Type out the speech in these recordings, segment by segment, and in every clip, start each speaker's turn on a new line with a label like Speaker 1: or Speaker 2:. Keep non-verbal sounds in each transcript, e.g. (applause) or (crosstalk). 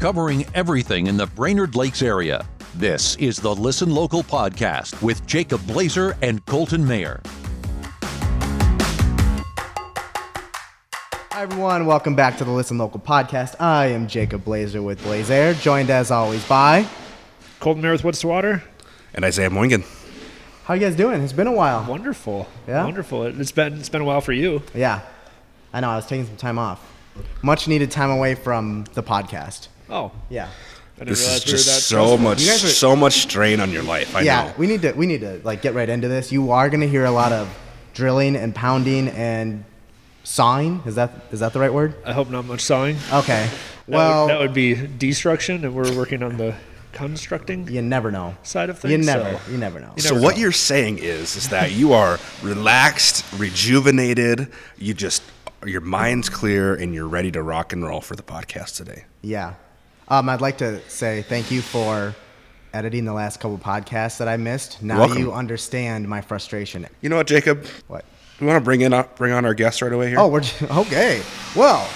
Speaker 1: covering everything in the Brainerd Lakes area. This is the Listen Local podcast with Jacob Blazer and Colton Mayer.
Speaker 2: Hi, everyone. Welcome back to the Listen Local podcast. I am Jacob Blazer with Blazer, joined as always by.
Speaker 3: Colton Mayer with What's the Water?
Speaker 4: And Isaiah Moingen.
Speaker 2: How you guys doing? It's been a while.
Speaker 3: Wonderful.
Speaker 2: Yeah.
Speaker 3: Wonderful. It- It's been it's been a while for you.
Speaker 2: Yeah. I know. I was taking some time off. Much needed time away from the podcast.
Speaker 3: Oh.
Speaker 2: Yeah.
Speaker 3: I didn't
Speaker 4: This is
Speaker 3: realize we were
Speaker 4: just
Speaker 3: that
Speaker 4: so much,
Speaker 2: You guys are-
Speaker 4: so much strain on your life. I
Speaker 2: yeah.
Speaker 4: know.
Speaker 2: We need to we need to like get right into this. You are going to hear a lot of drilling and pounding and sawing. Is that is that the right word?
Speaker 3: I hope not much sawing. That
Speaker 2: Okay.
Speaker 3: would-
Speaker 2: Well,
Speaker 3: that would be destruction, and we're working on the constructing
Speaker 2: you never know.
Speaker 3: side of things.
Speaker 2: You never
Speaker 3: so-
Speaker 2: you never know.
Speaker 3: You
Speaker 4: so
Speaker 3: never
Speaker 4: what
Speaker 3: know.
Speaker 4: you're saying is, is that you are relaxed, rejuvenated. You just your mind's clear, and you're ready to rock and roll for the podcast today.
Speaker 2: Yeah. Um, I'd like to say thank you for editing the last couple podcasts that I missed. Now
Speaker 4: Welcome.
Speaker 2: you understand my frustration.
Speaker 4: You know what, Jacob?
Speaker 2: What?
Speaker 4: We want to bring in uh, bring on our guest right away here.
Speaker 2: Oh, we're (laughs) okay. Well,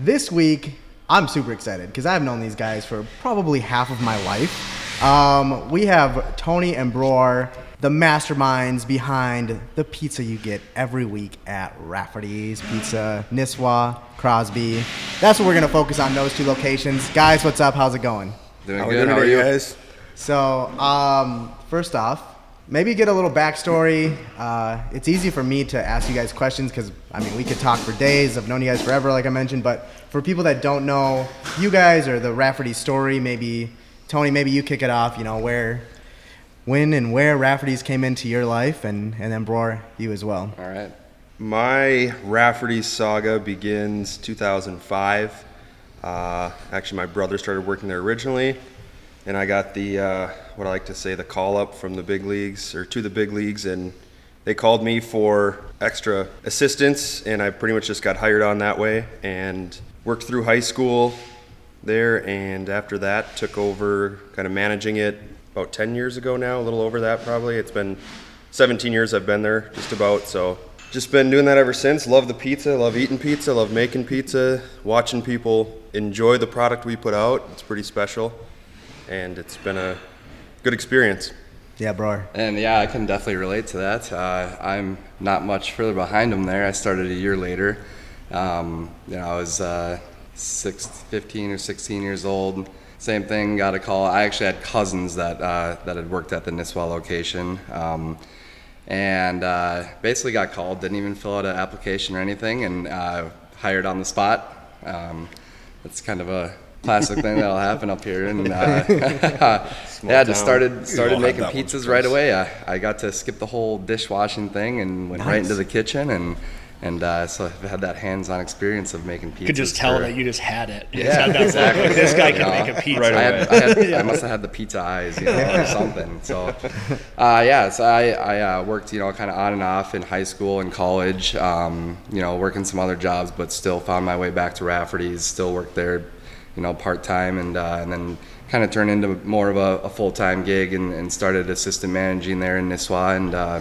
Speaker 2: this week I'm super excited because I've known these guys for probably half of my life. Um, we have Tony and Broer, the masterminds behind the pizza you get every week at Rafferty's Pizza, Nisswa, Crosby. That's what we're gonna focus on. Those two locations, guys. What's up? How's it going?
Speaker 5: Doing
Speaker 4: How we
Speaker 5: good.
Speaker 4: doing
Speaker 5: How are
Speaker 4: today,
Speaker 5: you?
Speaker 4: guys?
Speaker 2: So, um, first off, maybe get a little backstory. Uh, it's easy for me to ask you guys questions because, I mean, we could talk for days. I've known you guys forever, like I mentioned. But for people that don't know you guys or the Rafferty story, maybe, Tony, maybe you kick it off, you know, where, when and where Rafferty's came into your life, and, and then Broer, you as well.
Speaker 5: All right. My Rafferty saga begins 2005. Uh, actually, my brother started working there originally, and I got the uh, what I like to say the call up from the big leagues or to the big leagues, and they called me for extra assistance, and I pretty much just got hired on that way and worked through high school there, and after that took over kind of managing it about 10 years ago now, a little over that probably. It's been 17 years I've been there, just about. So just been doing that ever since. Love the pizza, love eating pizza, love making pizza, watching people enjoy the product we put out. It's pretty special, and it's been a good experience.
Speaker 2: Yeah, Broer.
Speaker 5: And yeah, I can definitely relate to that. Uh, I'm not much further behind him there. I started a year later. Um, you know, I was uh, six, 15 or 16 years old. Same thing, got a call. I actually had cousins that, uh, that had worked at the Nisswa location. Um, and uh, basically got called, didn't even fill out an application or anything, and uh, hired on the spot. Um, that's kind of a classic thing that'll happen up here. And uh,
Speaker 3: (laughs)
Speaker 5: (laughs) yeah, just started started
Speaker 4: all had
Speaker 5: making
Speaker 4: that one,
Speaker 5: pizzas right away. I, I got to skip the whole dishwashing thing and went right into the kitchen and and uh, so I've had that hands-on experience of making pizzas.
Speaker 3: You could just tell
Speaker 5: for-
Speaker 3: that you just had it. You just
Speaker 5: yeah,
Speaker 3: had that,
Speaker 5: (laughs) exactly.
Speaker 3: This guy
Speaker 5: You
Speaker 3: can
Speaker 5: know,
Speaker 3: make a pizza.
Speaker 5: I, had, I, had, I must have had the pizza eyes, you know, or something. So, uh, yeah, so I, I uh, worked, you know, kind of on and off in high school and college, um, you know, working some other jobs, but still found my way back to Rafferty's, still worked there, you know, part time and, uh, and then kind of turned into more of a, a full time gig and, and started assistant managing there in Nisswa. And, uh,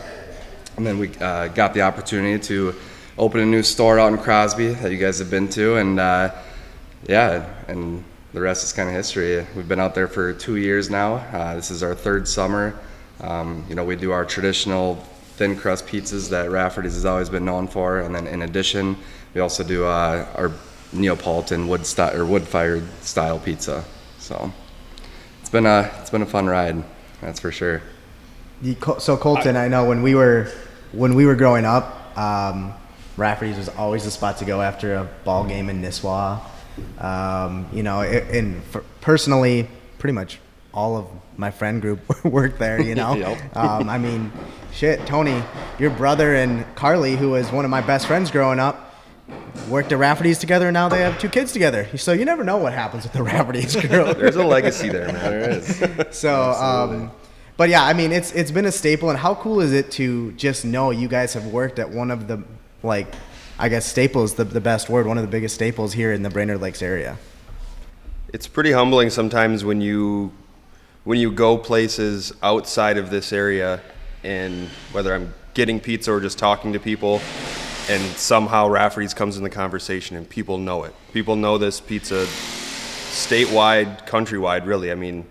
Speaker 5: and then we uh, got the opportunity to open a new store out in Crosby that you guys have been to, and uh, yeah, and the rest is kind of history. We've been out there for two years now. Uh, this is our third summer. Um, you know, we do our traditional thin crust pizzas that Rafferty's has always been known for, and then in addition, we also do uh, our Neapolitan wood style or wood fired style pizza. So it's been a it's been a fun ride, that's for sure.
Speaker 2: You, Col- so Colton, I, know when we were when we were growing up, um, Rafferty's was always the spot to go after a ball game in Nisswa. Um, you know, it, and for, personally, pretty much all of my friend group (laughs) worked there. You know,
Speaker 5: Yep.
Speaker 2: um, I mean, shit, Tony, your brother and Carly, who was one of my best friends growing up, worked at Rafferty's together, and now they have two kids together. So you never know what happens with the (laughs) Rafferty's group.
Speaker 5: There's a legacy there, man. There is.
Speaker 2: So,
Speaker 5: Absolutely.
Speaker 2: um, but yeah, I mean, it's it's been a staple. And how cool is it to just know you guys have worked at one of the like, I guess staples the the best word, one of the biggest staples here in the Brainerd Lakes area.
Speaker 6: it's pretty humbling sometimes when you when you go places outside of this area and whether I'm getting pizza or just talking to people and somehow Rafferty's comes in the conversation and people know it. People know this pizza statewide, countrywide, really. I mean,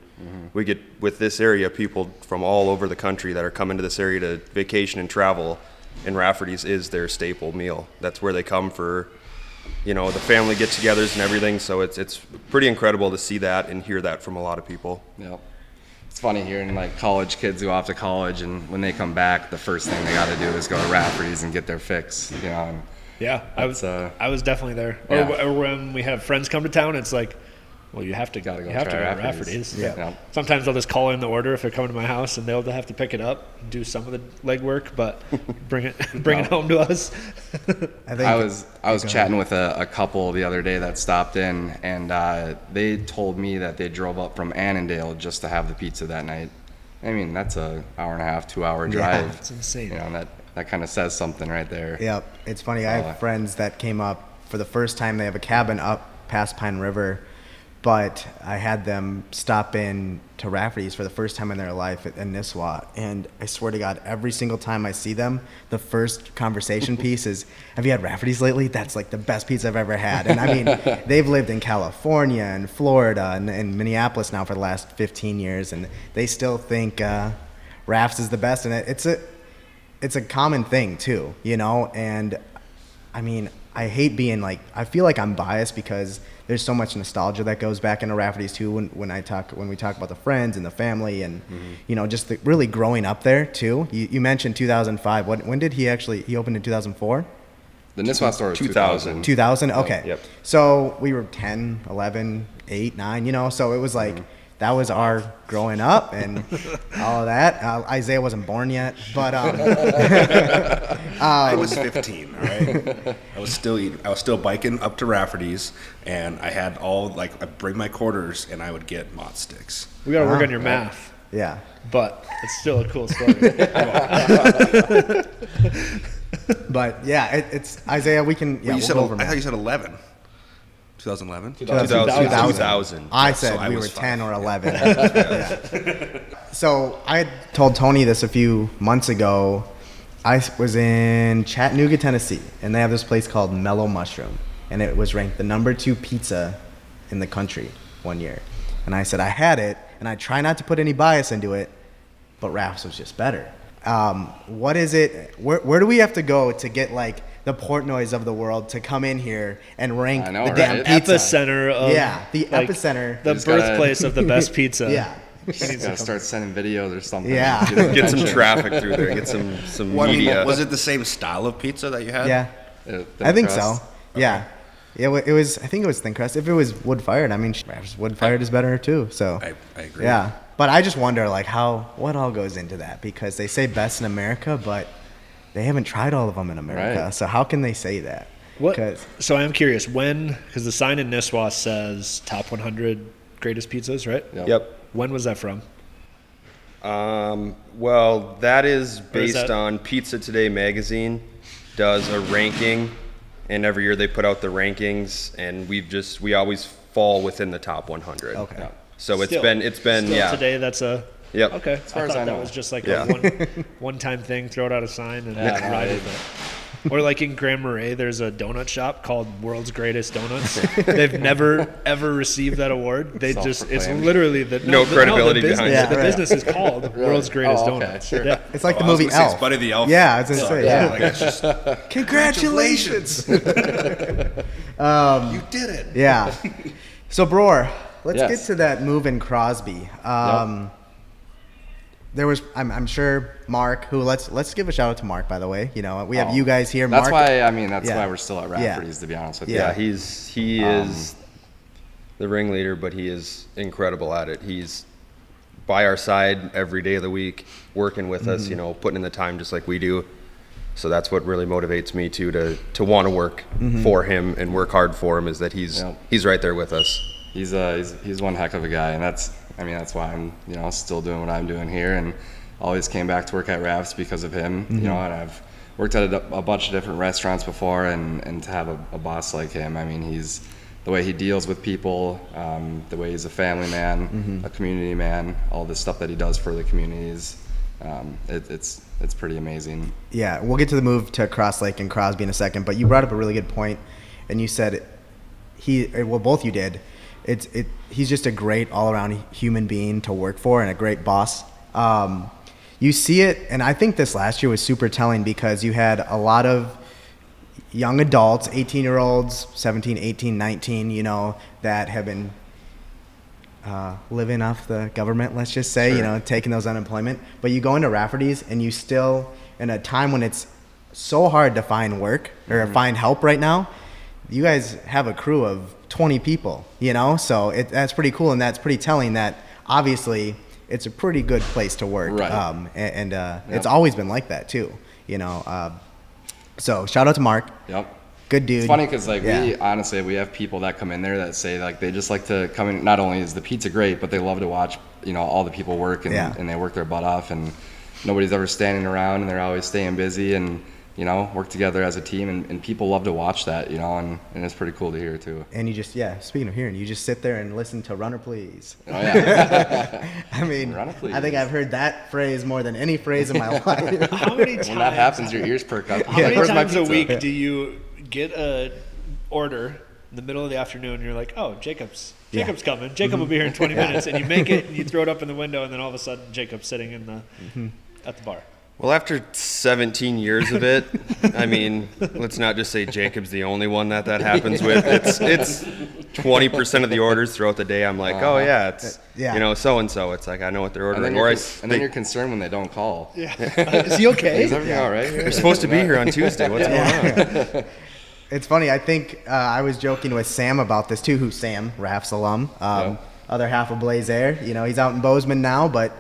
Speaker 6: we get with this area people from all over the country that are coming to this area to vacation and travel, and Rafferty's is their staple meal. That's where they come for, you know, the family get-togethers and everything. So it's it's pretty incredible to see that and hear that from a lot of people.
Speaker 5: Yep. It's funny hearing like college kids go off to college and when they come back, the first thing they got to do is go to Rafferty's and get their fix. You know, and
Speaker 3: Yeah, I was.
Speaker 5: That's, uh,
Speaker 3: I was definitely there. Or,
Speaker 5: yeah.
Speaker 3: wh- or when we have friends come to town, it's like, well, you have to
Speaker 5: Gotta go
Speaker 3: You have to
Speaker 5: try
Speaker 3: go to
Speaker 5: Rafferty's.
Speaker 3: Rafferty's.
Speaker 5: Yeah. Yeah.
Speaker 3: Sometimes they'll just call in the order if they're coming to my house, and they'll have to pick it up, do some of the legwork, but (laughs) bring
Speaker 5: (laughs)
Speaker 3: it, bring it home to us.
Speaker 2: I think
Speaker 5: I was I was chatting with a, a couple the other day that stopped in, and uh, they told me that they drove up from Annandale just to have the pizza that night. I mean, that's a hour and a half, two hour drive.
Speaker 2: (laughs)
Speaker 3: It's insane.
Speaker 5: You know, and that that kind of says something right there.
Speaker 2: Yep. It's funny. I
Speaker 5: Uh,
Speaker 2: have friends that came up for the first time. They have a cabin up past Pine River, but I had them stop in to Rafferty's for the first time in their life at, in Nisswa. And I swear to God, every single time I see them, the first conversation piece is, Have you had Rafferty's lately? That's like the best pizza I've ever had. And I mean, they've lived in California and Florida and, and Minneapolis now for the last 15 years, and they still think uh, Raf's is the best. And it, it's a, it's a common thing too, you know. And I mean, I hate being like I feel like I'm biased because there's so much nostalgia that goes back into Rafferty's too. When when I talk when we talk about the friends and the family and
Speaker 4: Mm-hmm.
Speaker 2: you know just the, really growing up there too. You, you mentioned 2005. When when did he actually he opened in 2004?
Speaker 4: Mm-hmm.
Speaker 5: The Nisswa store was
Speaker 6: 2000.
Speaker 5: 2000.
Speaker 2: 2000
Speaker 4: Oh,
Speaker 2: okay
Speaker 6: yep.
Speaker 2: so we were 10 11 8 9 you know so it was like
Speaker 4: Mm-hmm.
Speaker 2: that was our growing up and (laughs) all of that uh, isaiah wasn't born yet but um, (laughs)
Speaker 4: I was 15, all right? I was still eating, I was still biking up to Rafferty's, and I had all, like, I'd bring my quarters, and I would get mott sticks.
Speaker 3: We got to work on your math,
Speaker 2: yeah
Speaker 3: but it's still a cool story.
Speaker 2: But yeah, it, it's Isaiah. We can. Yeah,
Speaker 4: you
Speaker 2: we'll
Speaker 4: said,
Speaker 2: go
Speaker 4: el-
Speaker 2: over
Speaker 4: I thought
Speaker 2: Matt.
Speaker 4: you said 11. 2011?
Speaker 6: 2000.
Speaker 2: 2000. I said
Speaker 4: I
Speaker 2: we were
Speaker 4: was five.
Speaker 2: ten or
Speaker 4: (laughs)
Speaker 2: eleven. Yeah. So I had told Tony this a few months ago. I s- was in Chattanooga, Tennessee, and they have this place called Mellow Mushroom, and it was ranked the number two pizza in the country one year. And I said I had it, and I try not to put any bias into it, but Ralph's was just better. Um, what is it? Where, where do we have to go to get like the Portnoys of the world to come in here (laughs) and rank
Speaker 5: I know,
Speaker 2: the damn
Speaker 5: right?
Speaker 2: pizza?
Speaker 3: epicenter of
Speaker 2: Yeah, the epicenter.
Speaker 3: the
Speaker 5: Just gotta-
Speaker 2: (laughs)
Speaker 3: birthplace of the best pizza.
Speaker 2: Yeah,
Speaker 5: (laughs) Just gotta start sending videos or something.
Speaker 2: Yeah.
Speaker 6: Get some traffic through there. Get some some
Speaker 4: What,
Speaker 6: media.
Speaker 4: was it the same style of pizza that you had?
Speaker 2: yeah.
Speaker 5: Uh, thin
Speaker 2: I think
Speaker 5: crust.
Speaker 2: so. Yeah. It, wa- it was. I think it was thin crust. If it was wood fired, I mean, sh- perhaps wood fired is better too. So
Speaker 4: I- I agree.
Speaker 2: Yeah, but I just wonder like how what all goes into that because they say best in America, but they haven't tried all of them in America.
Speaker 5: Right.
Speaker 2: So how can they say that?
Speaker 3: What?
Speaker 2: 'Cause-
Speaker 3: So I am curious when, because the sign in Nisswa says top 100 greatest pizzas, right?
Speaker 6: Yep.
Speaker 3: When was that from?
Speaker 6: Um, well, that is based
Speaker 3: that-
Speaker 6: on Pizza Today magazine does a ranking, and every year they put out the rankings, and we've just we always fall within the top 100.
Speaker 2: Okay. Yeah.
Speaker 6: So it's
Speaker 3: Still-
Speaker 6: been it's been
Speaker 3: still
Speaker 6: yeah
Speaker 3: Today, that's a.
Speaker 6: Yep.
Speaker 3: Okay.
Speaker 6: As
Speaker 5: far
Speaker 3: I
Speaker 5: as
Speaker 3: thought
Speaker 5: I
Speaker 3: that
Speaker 5: know.
Speaker 3: was just like
Speaker 6: Yeah.
Speaker 3: a one,
Speaker 6: (laughs)
Speaker 3: one-time thing. Throw it out a sign and
Speaker 5: Yeah, no,
Speaker 3: ride
Speaker 5: it-
Speaker 3: with it. Or like in Grand Marais, there's a donut shop called World's Greatest
Speaker 6: (laughs)
Speaker 3: Donuts. They've never ever received that award. They just—it's
Speaker 5: Self-proclaimed.
Speaker 3: literally the
Speaker 6: No
Speaker 3: the,
Speaker 6: credibility
Speaker 3: the business,
Speaker 6: behind
Speaker 2: it.
Speaker 3: The
Speaker 2: Yeah, right.
Speaker 3: business is called
Speaker 5: (laughs)
Speaker 3: World's Greatest
Speaker 5: Oh, okay,
Speaker 3: Donuts.
Speaker 5: sure.
Speaker 3: Yeah.
Speaker 2: It's like
Speaker 4: Oh, I
Speaker 2: the
Speaker 4: was
Speaker 2: movie
Speaker 4: gonna say it's
Speaker 2: Elf.
Speaker 4: Buddy the Elf.
Speaker 2: Yeah, I was gonna say.
Speaker 4: Yeah,
Speaker 2: Yeah.
Speaker 4: (laughs) like, it's
Speaker 2: (laughs)
Speaker 4: just,
Speaker 2: Congratulations.
Speaker 4: you did it.
Speaker 2: Yeah. So, Broer, let's
Speaker 5: Yes.
Speaker 2: get to that move in Crosby. Um, There was, I'm, I'm sure, Mark. Who let's let's give a shout out to Mark, by the way. You know, we have
Speaker 5: Oh.
Speaker 2: you guys here.
Speaker 5: That's
Speaker 2: Mark,
Speaker 5: why I mean that's
Speaker 2: Yeah.
Speaker 5: why we're still at
Speaker 2: Yeah.
Speaker 5: Rafferty's to be honest with you.
Speaker 2: Yeah.
Speaker 6: yeah he's he is the ringleader, but he is incredible at it. He's by our side every day of the week, working with us, you know, putting in the time just like we do. So that's what really motivates me too to to want to work for him and work hard for him is that he's
Speaker 5: Yep.
Speaker 6: he's right there with us.
Speaker 5: he's uh he's, he's one heck of a guy and that's i mean that's why i'm you know still doing what i'm doing here and always came back to work at rafts because of him you know and i've worked at a, a bunch of different restaurants before and and to have a, a boss like him i mean he's the way he deals with people um, the way he's a family man a community man all the stuff that he does for the communities um, it, it's it's pretty amazing
Speaker 2: Yeah, we'll get to the move to Cross Lake and Crosby in a second, but you brought up a really good point, and you said he, eh, well, both you did, it's it. He's just a great all around human being to work for and a great boss. Um, you see it, and I think this last year was super telling because you had a lot of young adults, 18 year olds, 17, 18, 19, you know, that have been uh, living off the government, let's just say, you know, taking those unemployment. But you go into Rafferty's and you still, in a time when it's so hard to find work or find help right now, you guys have a crew of 20 people, you know? So it, that's pretty cool and that's pretty telling that obviously it's a pretty good place to work.
Speaker 5: Right.
Speaker 2: Um, a- and uh, it's always been like that too, you know? Uh, so shout out to Mark.
Speaker 5: Yep.
Speaker 2: Good dude.
Speaker 5: It's funny because like
Speaker 2: Yeah.
Speaker 5: we honestly we have people that come in there that say like they just like to come in. Not only is the pizza great, but they love to watch you know all the people work and,
Speaker 2: Yeah.
Speaker 5: and they work their butt off and nobody's ever standing around and they're always staying busy and you know work together as a team and, and people love to watch that you know and, and it's pretty cool to hear too.
Speaker 2: and you just yeah speaking of hearing you just sit there and listen to runner please
Speaker 5: Oh, (laughs) yeah.
Speaker 2: i mean
Speaker 5: Runner Please.
Speaker 2: i think i've heard that phrase more than any phrase in
Speaker 5: (laughs)
Speaker 2: my life (laughs)
Speaker 3: How many times?
Speaker 5: when that happens, your ears perk up.
Speaker 3: How
Speaker 5: Like,
Speaker 3: many
Speaker 5: "Where's my
Speaker 3: times a
Speaker 5: pizza?"
Speaker 3: week do you get a order in the middle of the afternoon? And you're like, oh, Jacob's
Speaker 2: Yeah.
Speaker 3: Jacob's coming. Jacob will be here in 20 minutes, and you make it, and you throw it up in the window, and then all of a sudden, Jacob's sitting in the at the bar.
Speaker 6: Well, after 17 years of it, I mean, let's not just say Jacob's the only one that that happens with. It's it's 20% of the orders throughout the day. I'm like, oh yeah,
Speaker 2: Uh-huh.
Speaker 6: it's
Speaker 2: Uh, Yeah.
Speaker 6: you know so and so. It's like I know what they're
Speaker 5: And
Speaker 6: ordering.
Speaker 5: then, you're,
Speaker 6: Or I,
Speaker 5: con- and then
Speaker 6: they,
Speaker 5: you're concerned when they don't call.
Speaker 3: Is he okay?
Speaker 5: Is everything all right?
Speaker 6: are supposed to be
Speaker 5: (laughs)
Speaker 6: here on Tuesday. What's going
Speaker 2: (laughs)
Speaker 6: on?
Speaker 2: it's funny i think uh, i was joking with sam about this too who's sam raf's alum um,
Speaker 5: Yeah.
Speaker 2: other half of blaze air you know he's out in bozeman now but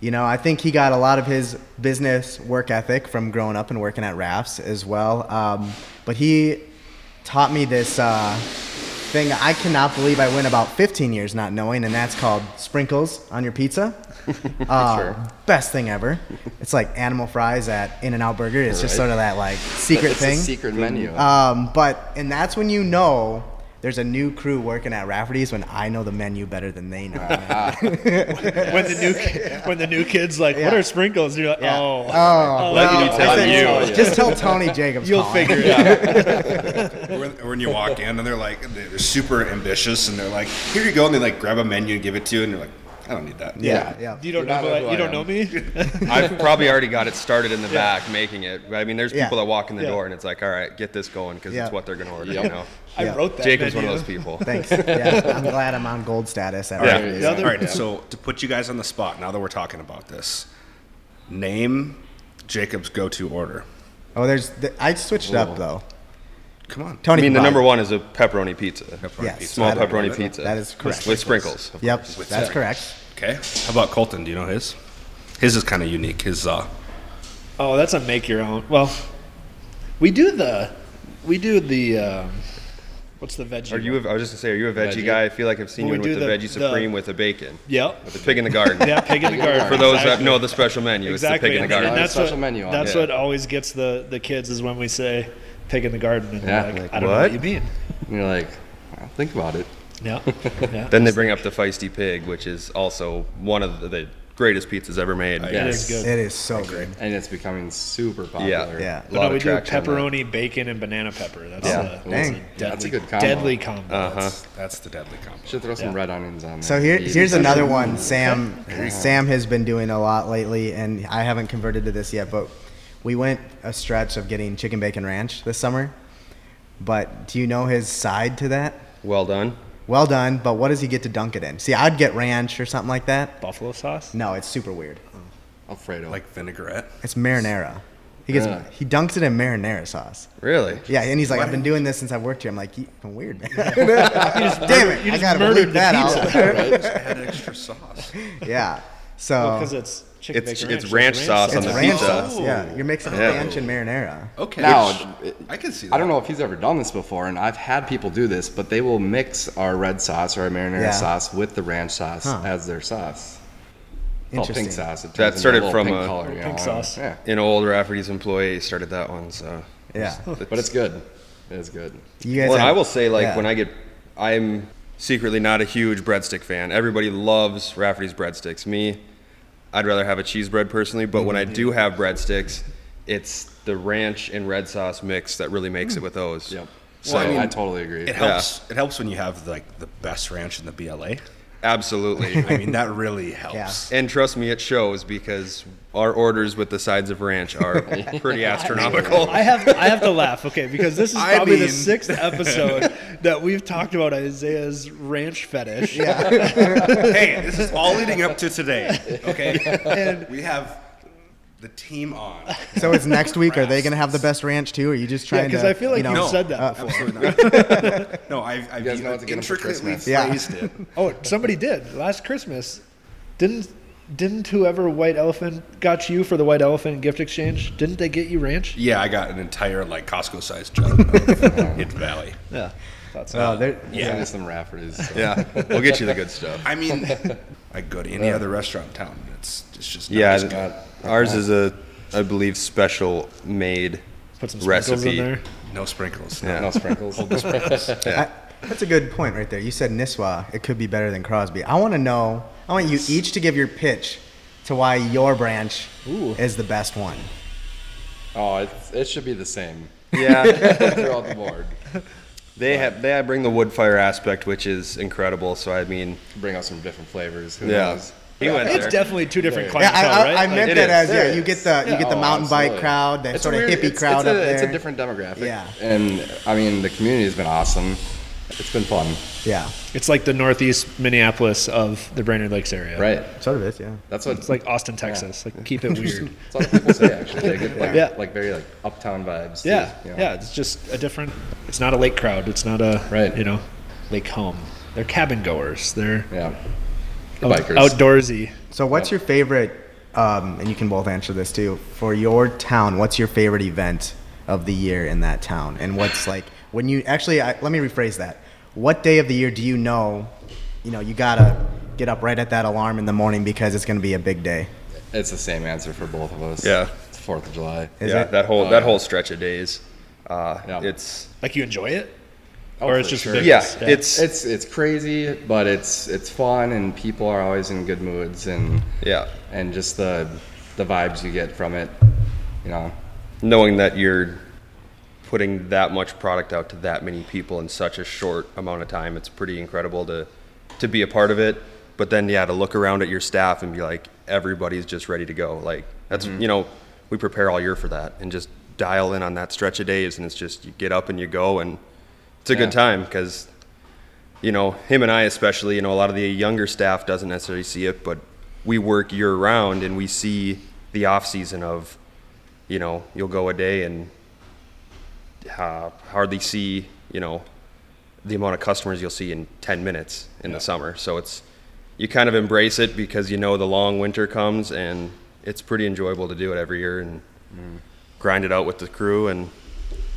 Speaker 2: you know i think he got a lot of his business work ethic from growing up and working at raf's as well um, but he taught me this uh, thing I cannot believe I went about 15 years not knowing, and that's called sprinkles on your
Speaker 6: (laughs)
Speaker 2: pizza. Uh, Best thing ever. It's like animal fries at In and Out Burger. It's just
Speaker 5: Right.
Speaker 2: sort of that like secret
Speaker 5: It's
Speaker 2: thing.
Speaker 5: a secret menu.
Speaker 6: Uh,
Speaker 2: Um, but and that's when you know there's a new crew working at Rafferty's when I know the menu better than they
Speaker 3: (laughs)
Speaker 2: know.
Speaker 3: When the new ki- when the new kids like, what
Speaker 2: Yeah.
Speaker 3: are sprinkles? And you're like,
Speaker 2: Yeah.
Speaker 3: oh,
Speaker 2: Oh,
Speaker 3: let me
Speaker 2: well,
Speaker 3: tell
Speaker 2: I said,
Speaker 5: you.
Speaker 2: Just tell Tony Jacobs.
Speaker 3: you'll
Speaker 2: calling.
Speaker 3: figure it out.
Speaker 4: when, when you walk in and they're like they're super ambitious and they're like here you go and they like grab a menu and give it to you and you're like I don't need that.
Speaker 2: Yeah,
Speaker 5: Yeah.
Speaker 2: yeah.
Speaker 3: You don't
Speaker 5: You're not
Speaker 3: know.
Speaker 5: who
Speaker 3: Like,
Speaker 5: I
Speaker 3: you don't
Speaker 5: am.
Speaker 3: know me.
Speaker 6: I've probably already got it started in the back making it. I mean, there's
Speaker 2: Yeah.
Speaker 6: people that walk in the
Speaker 3: Yeah.
Speaker 6: door and it's like, all right, get this going because
Speaker 2: Yeah.
Speaker 6: it's what they're going to order.
Speaker 5: Yep.
Speaker 6: You know,
Speaker 3: (laughs) I
Speaker 2: Yeah.
Speaker 3: wrote that.
Speaker 6: Jacob's one
Speaker 3: menu.
Speaker 6: of those people.
Speaker 2: Thanks. Yeah, I'm glad I'm on gold status. At
Speaker 6: Yeah.
Speaker 2: Rafferty's.
Speaker 3: The other-
Speaker 4: All right, so to put you guys on the spot, now that we're talking about this, name Jacob's go-to order.
Speaker 2: Oh, there's. The, I switched up though.
Speaker 4: Come on,
Speaker 6: I
Speaker 2: Tony.
Speaker 6: mean, the
Speaker 2: Bud.
Speaker 6: number one is a pepperoni pizza. Pepperoni
Speaker 2: Yes,
Speaker 6: pizza. Small
Speaker 2: that-
Speaker 6: pepperoni pizza.
Speaker 2: That is correct.
Speaker 6: With sprinkles.
Speaker 2: Yep,
Speaker 4: With
Speaker 2: that's
Speaker 4: sprinkles.
Speaker 2: correct.
Speaker 4: Okay, how about Colton? Do you know his? His is kind of unique. His uh,
Speaker 3: Oh, that's a make your own. Well, we do the we do the um, what's the veggie?
Speaker 6: Are you? a- I was just gonna say, are you a veggie,
Speaker 5: Veggie.
Speaker 6: guy? I feel like I've seen
Speaker 3: Well,
Speaker 6: you
Speaker 3: we
Speaker 6: in with
Speaker 3: do
Speaker 6: the,
Speaker 3: the-
Speaker 6: veggie
Speaker 3: the-
Speaker 6: supreme with the bacon,
Speaker 3: Yep.
Speaker 6: the pig in the garden.
Speaker 3: Yeah, pig in the garden.
Speaker 6: (laughs) For those
Speaker 3: exactly.
Speaker 6: that know the special menu,
Speaker 3: exactly.
Speaker 6: it's the pig in
Speaker 3: and-
Speaker 6: the
Speaker 3: And
Speaker 6: garden.
Speaker 3: that's
Speaker 5: Special
Speaker 3: what,
Speaker 5: menu on
Speaker 3: that's
Speaker 6: it.
Speaker 3: what always gets the the kids is when we say pig in the garden, and
Speaker 5: Yeah,
Speaker 3: they're like,
Speaker 5: like,
Speaker 3: I don't know what
Speaker 6: what?
Speaker 3: you mean.
Speaker 5: And you're like, well, think about it.
Speaker 3: Yeah, yeah.
Speaker 6: Then they bring up the feisty pig, which is also one of the, the greatest pizzas ever made.
Speaker 3: It is good.
Speaker 2: It is so good.
Speaker 5: And it's becoming super popular.
Speaker 2: Yeah.
Speaker 3: But no,
Speaker 6: of
Speaker 3: we do
Speaker 6: traction on that.
Speaker 3: pepperoni, bacon, and banana pepper. That's
Speaker 6: Yeah.
Speaker 3: uh, that's
Speaker 2: Dang.
Speaker 3: a
Speaker 5: Yeah, that's a good combo.
Speaker 3: deadly combo.
Speaker 6: Uh-huh.
Speaker 4: Uh-huh.
Speaker 3: That's-
Speaker 4: that's the deadly combo.
Speaker 5: Should throw some
Speaker 3: Yeah.
Speaker 5: red onions on there.
Speaker 2: So here,
Speaker 5: Easy.
Speaker 2: here's another
Speaker 6: (laughs)
Speaker 2: one. Sam, Sam has been doing a lot lately, and I haven't converted to this yet. But we went a stretch of getting chicken bacon ranch this summer. But do you know his side to that?
Speaker 6: Well done.
Speaker 2: Well done. But what does he get to dunk it in? See, I'd get ranch or something like that.
Speaker 3: Buffalo sauce.
Speaker 2: No, it's super weird.
Speaker 5: Alfredo.
Speaker 4: Like vinaigrette.
Speaker 2: It's marinara. He gets
Speaker 5: Yeah.
Speaker 2: he dunks it in marinara sauce.
Speaker 6: Really?
Speaker 2: Yeah, and he's like, I've been doing this since I've worked here. I'm like, "You- I'm weird,
Speaker 3: (laughs)
Speaker 2: man. (laughs) Damn it,
Speaker 3: you
Speaker 2: I
Speaker 3: just
Speaker 2: gotta
Speaker 3: murdered
Speaker 2: bleep
Speaker 3: the
Speaker 2: that out.
Speaker 4: Add extra sauce.
Speaker 2: yeah. So
Speaker 3: Because it's chicken
Speaker 6: It's-
Speaker 3: bacon
Speaker 6: it's
Speaker 3: ranch.
Speaker 6: ranch sauce
Speaker 2: it's
Speaker 6: on the
Speaker 2: ranch
Speaker 6: pizza.
Speaker 2: sauce. Yeah, you're mixing ranch and marinara.
Speaker 4: Okay,
Speaker 5: Now, it-
Speaker 4: I can see. That.
Speaker 5: I don't know if he's ever done this before, and I've had people do this, but they will mix our red sauce or our marinara
Speaker 2: Yeah.
Speaker 5: sauce with the ranch sauce
Speaker 2: Huh.
Speaker 5: as their sauce. It's called
Speaker 2: Interesting.
Speaker 5: pink sauce. It turns
Speaker 6: That
Speaker 5: into a
Speaker 6: started
Speaker 5: little
Speaker 6: from
Speaker 5: pink
Speaker 6: a-
Speaker 5: color, you
Speaker 3: Pink
Speaker 5: know,
Speaker 3: sauce.
Speaker 5: Yeah,
Speaker 6: An old Rafferty's employee started that one, so.
Speaker 2: Yeah.
Speaker 5: but it's good. It is good.
Speaker 2: You guys.
Speaker 6: Well, and
Speaker 2: have-
Speaker 6: I will say, like,
Speaker 2: yeah.
Speaker 6: when I get, I'm secretly not a huge breadstick fan. Everybody loves Rafferty's breadsticks. Me, I'd rather have a cheese bread personally, but when I do
Speaker 3: Mm.
Speaker 6: have breadsticks, it's the ranch and red sauce mix that really makes it with those.
Speaker 5: Yep. So I, totally agree.
Speaker 4: It helps. It helps when you have like the best ranch in the BLA.
Speaker 6: Absolutely.
Speaker 3: (laughs)
Speaker 4: I
Speaker 5: (laughs)
Speaker 4: mean, that really helps.
Speaker 6: and trust me, it shows because our orders with the sides of ranch
Speaker 3: (laughs)
Speaker 6: are pretty astronomical.
Speaker 3: I have I have to laugh, okay, because this is
Speaker 4: I
Speaker 3: probably the
Speaker 4: mean-
Speaker 3: sixth episode that we've talked about Isaiah's ranch fetish. (laughs)
Speaker 4: (laughs) hey, this is all leading up to today.
Speaker 5: (laughs)
Speaker 4: Okay, and we have the team on.
Speaker 2: So it's next week. Are
Speaker 6: (laughs)
Speaker 2: they going to have the best ranch too? Or are you just trying
Speaker 3: because
Speaker 2: to?
Speaker 3: I feel like
Speaker 2: you know,
Speaker 3: you've said that.
Speaker 2: uh,
Speaker 3: before.
Speaker 4: Absolutely not.
Speaker 5: (laughs)
Speaker 4: no, I've, I've
Speaker 5: guys know what to get them for
Speaker 4: intricately
Speaker 5: Christmas.
Speaker 2: Yeah.
Speaker 4: phrased
Speaker 5: (laughs)
Speaker 4: it.
Speaker 3: Oh, somebody did last Christmas. Didn't didn't whoever White Elephant got you for the White Elephant gift exchange? Didn't they get you ranch?
Speaker 4: Yeah, I got an entire like Costco-sized jug
Speaker 5: (laughs)
Speaker 4: of Hidden Valley.
Speaker 3: Yeah. Thought so.
Speaker 2: oh, they're-
Speaker 5: Send
Speaker 4: Yeah,
Speaker 5: us some Rafferty's. so.
Speaker 6: yeah, we'll get you the good stuff.
Speaker 4: I mean, (laughs) I could go to any other restaurant in town. It's it's just not
Speaker 6: Yeah,
Speaker 4: as good.
Speaker 6: ours is a, I believe, special made
Speaker 3: Put some sprinkles
Speaker 6: recipe.
Speaker 3: in there.
Speaker 4: no sprinkles.
Speaker 6: Yeah. (laughs)
Speaker 5: No sprinkles.
Speaker 2: I- that's a good point right there. You said Nisswa. It could be better than Crosby. I want to know. I want you each to give your pitch to why your branch
Speaker 3: Ooh.
Speaker 2: is the best one.
Speaker 5: oh, it's, it should be the same
Speaker 6: Yeah,
Speaker 5: throughout the board.
Speaker 6: they have they bring the wood fire aspect, which is incredible. So I mean,
Speaker 5: Bring out some different flavors. Who
Speaker 6: yeah,
Speaker 5: knows?
Speaker 6: he went
Speaker 3: It's
Speaker 6: there.
Speaker 3: definitely two different
Speaker 2: Yeah, I,
Speaker 3: clientele,
Speaker 2: I,
Speaker 3: right?
Speaker 2: I meant
Speaker 6: it
Speaker 2: that as
Speaker 6: is.
Speaker 2: yeah.
Speaker 6: It
Speaker 2: You
Speaker 6: is.
Speaker 2: get the you
Speaker 5: Yeah,
Speaker 2: get the
Speaker 5: oh,
Speaker 2: mountain bike
Speaker 5: absolutely.
Speaker 2: crowd, that
Speaker 5: It's a
Speaker 2: sort of
Speaker 5: weird-
Speaker 2: hippie
Speaker 5: it's-
Speaker 2: crowd
Speaker 5: it's a,
Speaker 2: up there.
Speaker 5: It's a different demographic.
Speaker 2: Yeah.
Speaker 5: And I mean, the community has been awesome. It's been fun.
Speaker 2: Yeah,
Speaker 3: it's like the northeast Minneapolis of the Brainerd Lakes area.
Speaker 5: Right.
Speaker 2: sort of is. Yeah.
Speaker 5: That's what
Speaker 3: It's like Austin, Texas. Like keep it
Speaker 2: (laughs)
Speaker 3: weird.
Speaker 5: that's what people say. Actually, they get like,
Speaker 3: Yeah.
Speaker 5: like very like uptown vibes. too,
Speaker 3: yeah.
Speaker 5: you know?
Speaker 3: Yeah. It's just a different. It's not a lake crowd. It's not a
Speaker 5: Right.
Speaker 3: You know, lake home. They're cabin goers. They're
Speaker 5: Yeah. The
Speaker 3: out-
Speaker 5: bikers.
Speaker 3: outdoorsy.
Speaker 2: So, what's your favorite? Um, and you can both answer this too. For your town, what's your favorite event of the year in that town? And what's like when you actually? I, let me rephrase that. What day of the year do you know? You know, you gotta get up right at that alarm in the morning because it's gonna be a big day.
Speaker 5: It's the same answer for both of us.
Speaker 6: Yeah.
Speaker 5: It's Fourth of July.
Speaker 2: Is
Speaker 6: yeah, (laughs)
Speaker 2: it?
Speaker 6: that whole that whole stretch of days. Uh,
Speaker 5: Oh, Yeah.
Speaker 6: It's
Speaker 3: Like you enjoy it,
Speaker 2: Oh,
Speaker 3: or it's
Speaker 5: for
Speaker 3: just
Speaker 5: sure.
Speaker 6: yeah,
Speaker 3: ridiculous?
Speaker 6: it's
Speaker 5: It's it's crazy, but it's it's fun, and people are always in good moods, and
Speaker 6: yeah,
Speaker 5: and just the the vibes you get from it, you know.
Speaker 6: knowing that you're putting that much product out to that many people in such a short amount of time. It's pretty incredible to to be a part of it. But then yeah, to look around at your staff and be like, everybody's just ready to go. Like that's
Speaker 5: Mm-hmm.
Speaker 6: you know, we prepare all year for that and just dial in on that stretch of days and it's just you get up and you go and it's a
Speaker 5: Yeah.
Speaker 6: good time because you know him and i especially you know a lot of the younger staff doesn't necessarily see it but we work year round and we see the off season of you know you'll go a day and uh, hardly see you know the amount of customers you'll see in 10 minutes in the summer so it's you kind of embrace it because you know the long winter comes and it's pretty enjoyable to do it every year and grind it out with the crew and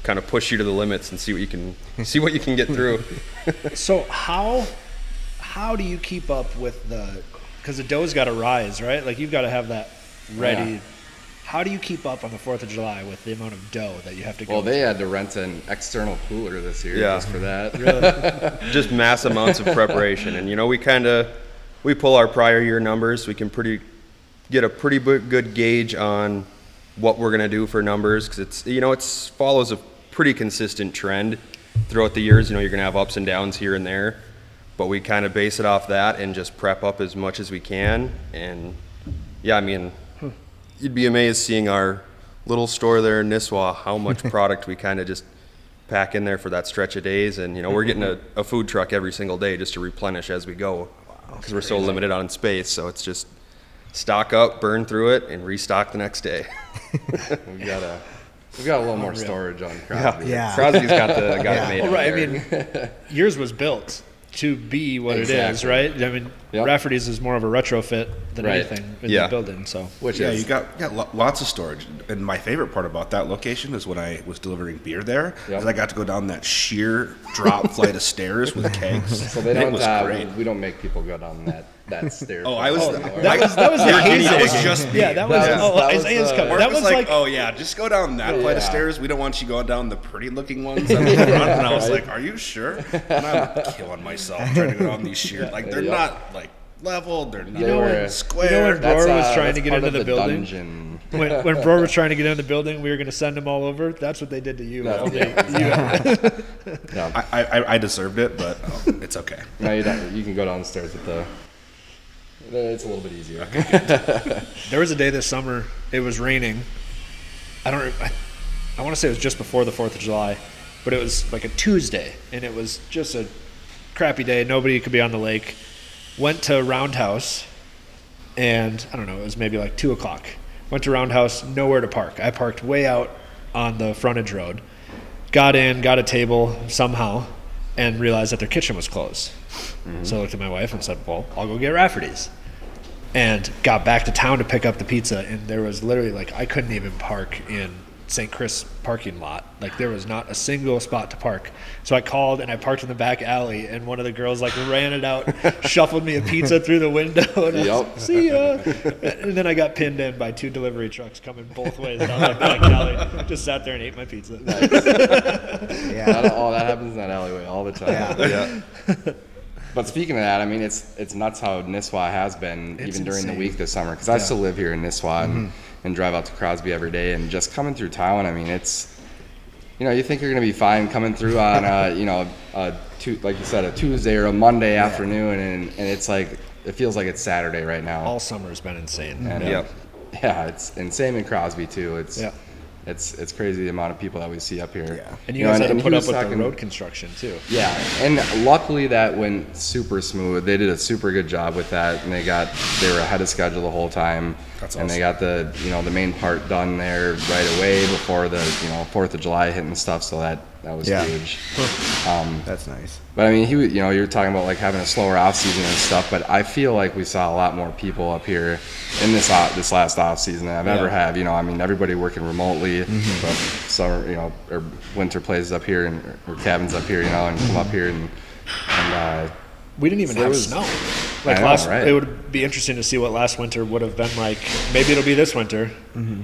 Speaker 6: kind of push you to the limits and see what you can see what you can get through
Speaker 3: So how how do you keep up with the because the dough's got to rise, right? Like you've got to have that ready.
Speaker 5: Yeah.
Speaker 3: How do you keep up on the Fourth of July with the amount of dough that you have to?
Speaker 5: Well,
Speaker 3: go
Speaker 5: they had to rent an external cooler this year
Speaker 6: Yeah.
Speaker 5: just for
Speaker 2: (laughs)
Speaker 5: that.
Speaker 6: just mass amounts of preparation. And you know, we kind of we pull our prior year numbers. We can pretty get a pretty bu- good gauge on what we're gonna do for numbers because it's you know it's follows a pretty consistent trend throughout the years. You know, you're gonna have ups and downs here and there, but we kind of base it off that and just prep up as much as we can. And yeah, I mean, you'd be amazed seeing our little store there in Nisswa how much product we kind of just pack in there for that stretch of days. And, you know, we're getting a, a food truck every single day just to replenish as we go because we're so limited on space. So it's just stock up, burn through it, and restock the next day.
Speaker 5: we've got a we've got a little more storage on Crosby.
Speaker 2: Yeah.
Speaker 6: Crosby's got the got it
Speaker 3: Well, Oh,
Speaker 6: made. over
Speaker 3: right. I
Speaker 6: there.
Speaker 3: mean,
Speaker 5: (laughs)
Speaker 3: yours was built to be what it is,
Speaker 5: Exactly.
Speaker 3: right? I mean,
Speaker 5: Yep.
Speaker 3: Rafferty's is more of a retrofit than
Speaker 5: Right.
Speaker 3: anything in
Speaker 6: Yeah.
Speaker 3: the building. So
Speaker 5: Which
Speaker 4: Yeah,
Speaker 5: is
Speaker 4: you got got lo- lots of storage. And my favorite part about that location is when I was delivering beer there,
Speaker 5: Yep.
Speaker 4: 'cause I got to go down that sheer drop (laughs) flight of stairs with kegs.
Speaker 5: so they
Speaker 4: And
Speaker 5: don't.
Speaker 4: It was
Speaker 5: uh,
Speaker 4: great.
Speaker 5: We don't make people go down that that stairs.
Speaker 4: Oh, I was.
Speaker 3: that was that was the hazing.
Speaker 4: That was just me.
Speaker 3: yeah, that was,
Speaker 5: That was-
Speaker 3: oh,
Speaker 5: that was uh,
Speaker 3: Isaiah's
Speaker 5: the-
Speaker 3: coming.
Speaker 4: Mark
Speaker 3: That was like,
Speaker 4: oh yeah, just go down that flight of
Speaker 5: Yeah.
Speaker 4: stairs. We don't want you going down the pretty looking ones.
Speaker 5: (laughs)
Speaker 4: on the front." And I was like, are you sure? And I'm killing myself trying to go down these sheer. Like they're
Speaker 5: Yeah.
Speaker 4: not like leveled. They're not
Speaker 5: They were- you know
Speaker 4: square.
Speaker 3: when Broer was
Speaker 5: uh,
Speaker 3: trying to
Speaker 5: that's
Speaker 3: get
Speaker 5: part
Speaker 3: into
Speaker 5: of
Speaker 3: the building.
Speaker 5: dungeon.
Speaker 3: when, when Bro was trying to get in the building, we were going to send him all over. That's what they did to you.
Speaker 5: That's-
Speaker 3: Al.
Speaker 5: yeah, exactly. No,
Speaker 4: I, I, I deserved it, but oh, it's okay.
Speaker 5: no, you, don't- you can go downstairs with the. It's a little bit easier.
Speaker 3: There was a day this summer. It was raining. I don't. re- I, I want to say it was just before the Fourth of July, but it was like a Tuesday, and it was just a crappy day. Nobody could be on the lake. Went to Roundhouse, and I don't know. It was maybe like two o'clock. Went to Roundhouse. Nowhere to park. I parked way out on the frontage road. Got in, got a table somehow, and realized that their kitchen was closed. So I looked at my wife and said, "Well, I'll go get Rafferty's." and got back to town to pick up the pizza and there was literally like I couldn't even park in St. Chris parking lot. Like there was not a single spot to park. So I called and I parked in the back alley and one of the girls like ran it out,
Speaker 5: (laughs)
Speaker 3: shuffled me a pizza through the window and I was,
Speaker 5: Yup.
Speaker 3: like, see ya. And then I got pinned in by two delivery trucks coming both ways down that back alley. Just sat there and ate my pizza.
Speaker 5: That, oh, that happens in that alleyway all the time.
Speaker 2: Yeah.
Speaker 5: But speaking of that, I mean, it's it's nuts how Nisswa has been even during
Speaker 3: insane. Mm-hmm.
Speaker 5: the week this summer because I still live here in Nisswa and, and drive out to Crosby every day and just coming through town. I mean, it's you know you think you're gonna be fine coming through
Speaker 3: (laughs)
Speaker 5: on a you know a tu- like you said a Tuesday or a Monday afternoon and and it's like it feels like it's Saturday right now.
Speaker 3: All summer has been insane.
Speaker 5: And, uh,
Speaker 6: Yep.
Speaker 5: Yeah, it's and same in Crosby too. It's
Speaker 3: Yeah.
Speaker 5: it's it's crazy the amount of people that we see up here.
Speaker 4: Yeah.
Speaker 3: And
Speaker 5: You
Speaker 3: you
Speaker 5: know,
Speaker 3: guys had
Speaker 5: and
Speaker 3: to put
Speaker 5: he
Speaker 3: up
Speaker 5: was
Speaker 3: with the
Speaker 5: talking-
Speaker 3: road construction too.
Speaker 5: yeah, and luckily that went super smooth. They did a super good job with that, and they got they were ahead of schedule the whole time.
Speaker 4: That's
Speaker 5: And they
Speaker 4: awesome.
Speaker 5: got the you know the main part done there right away before the you know Fourth of July hit and stuff. So that that was
Speaker 2: Yeah.
Speaker 5: huge.
Speaker 2: That's nice.
Speaker 5: But I mean, he, was- you know, you're talking about like having a slower off season and stuff. But I feel like we saw a lot more people up here in this off, this last off season than I've ever have. You know, I mean, everybody working remotely,
Speaker 2: Mm-hmm.
Speaker 5: but summer, you know, or winter plays up here and or cabins up here, you know, and come up here and and uh,
Speaker 3: We didn't even
Speaker 5: So
Speaker 3: have
Speaker 5: it was-
Speaker 3: snow. Like
Speaker 5: I know,
Speaker 3: last,
Speaker 5: right.
Speaker 3: it would be interesting to see what last winter would have been like. Maybe it'll be this winter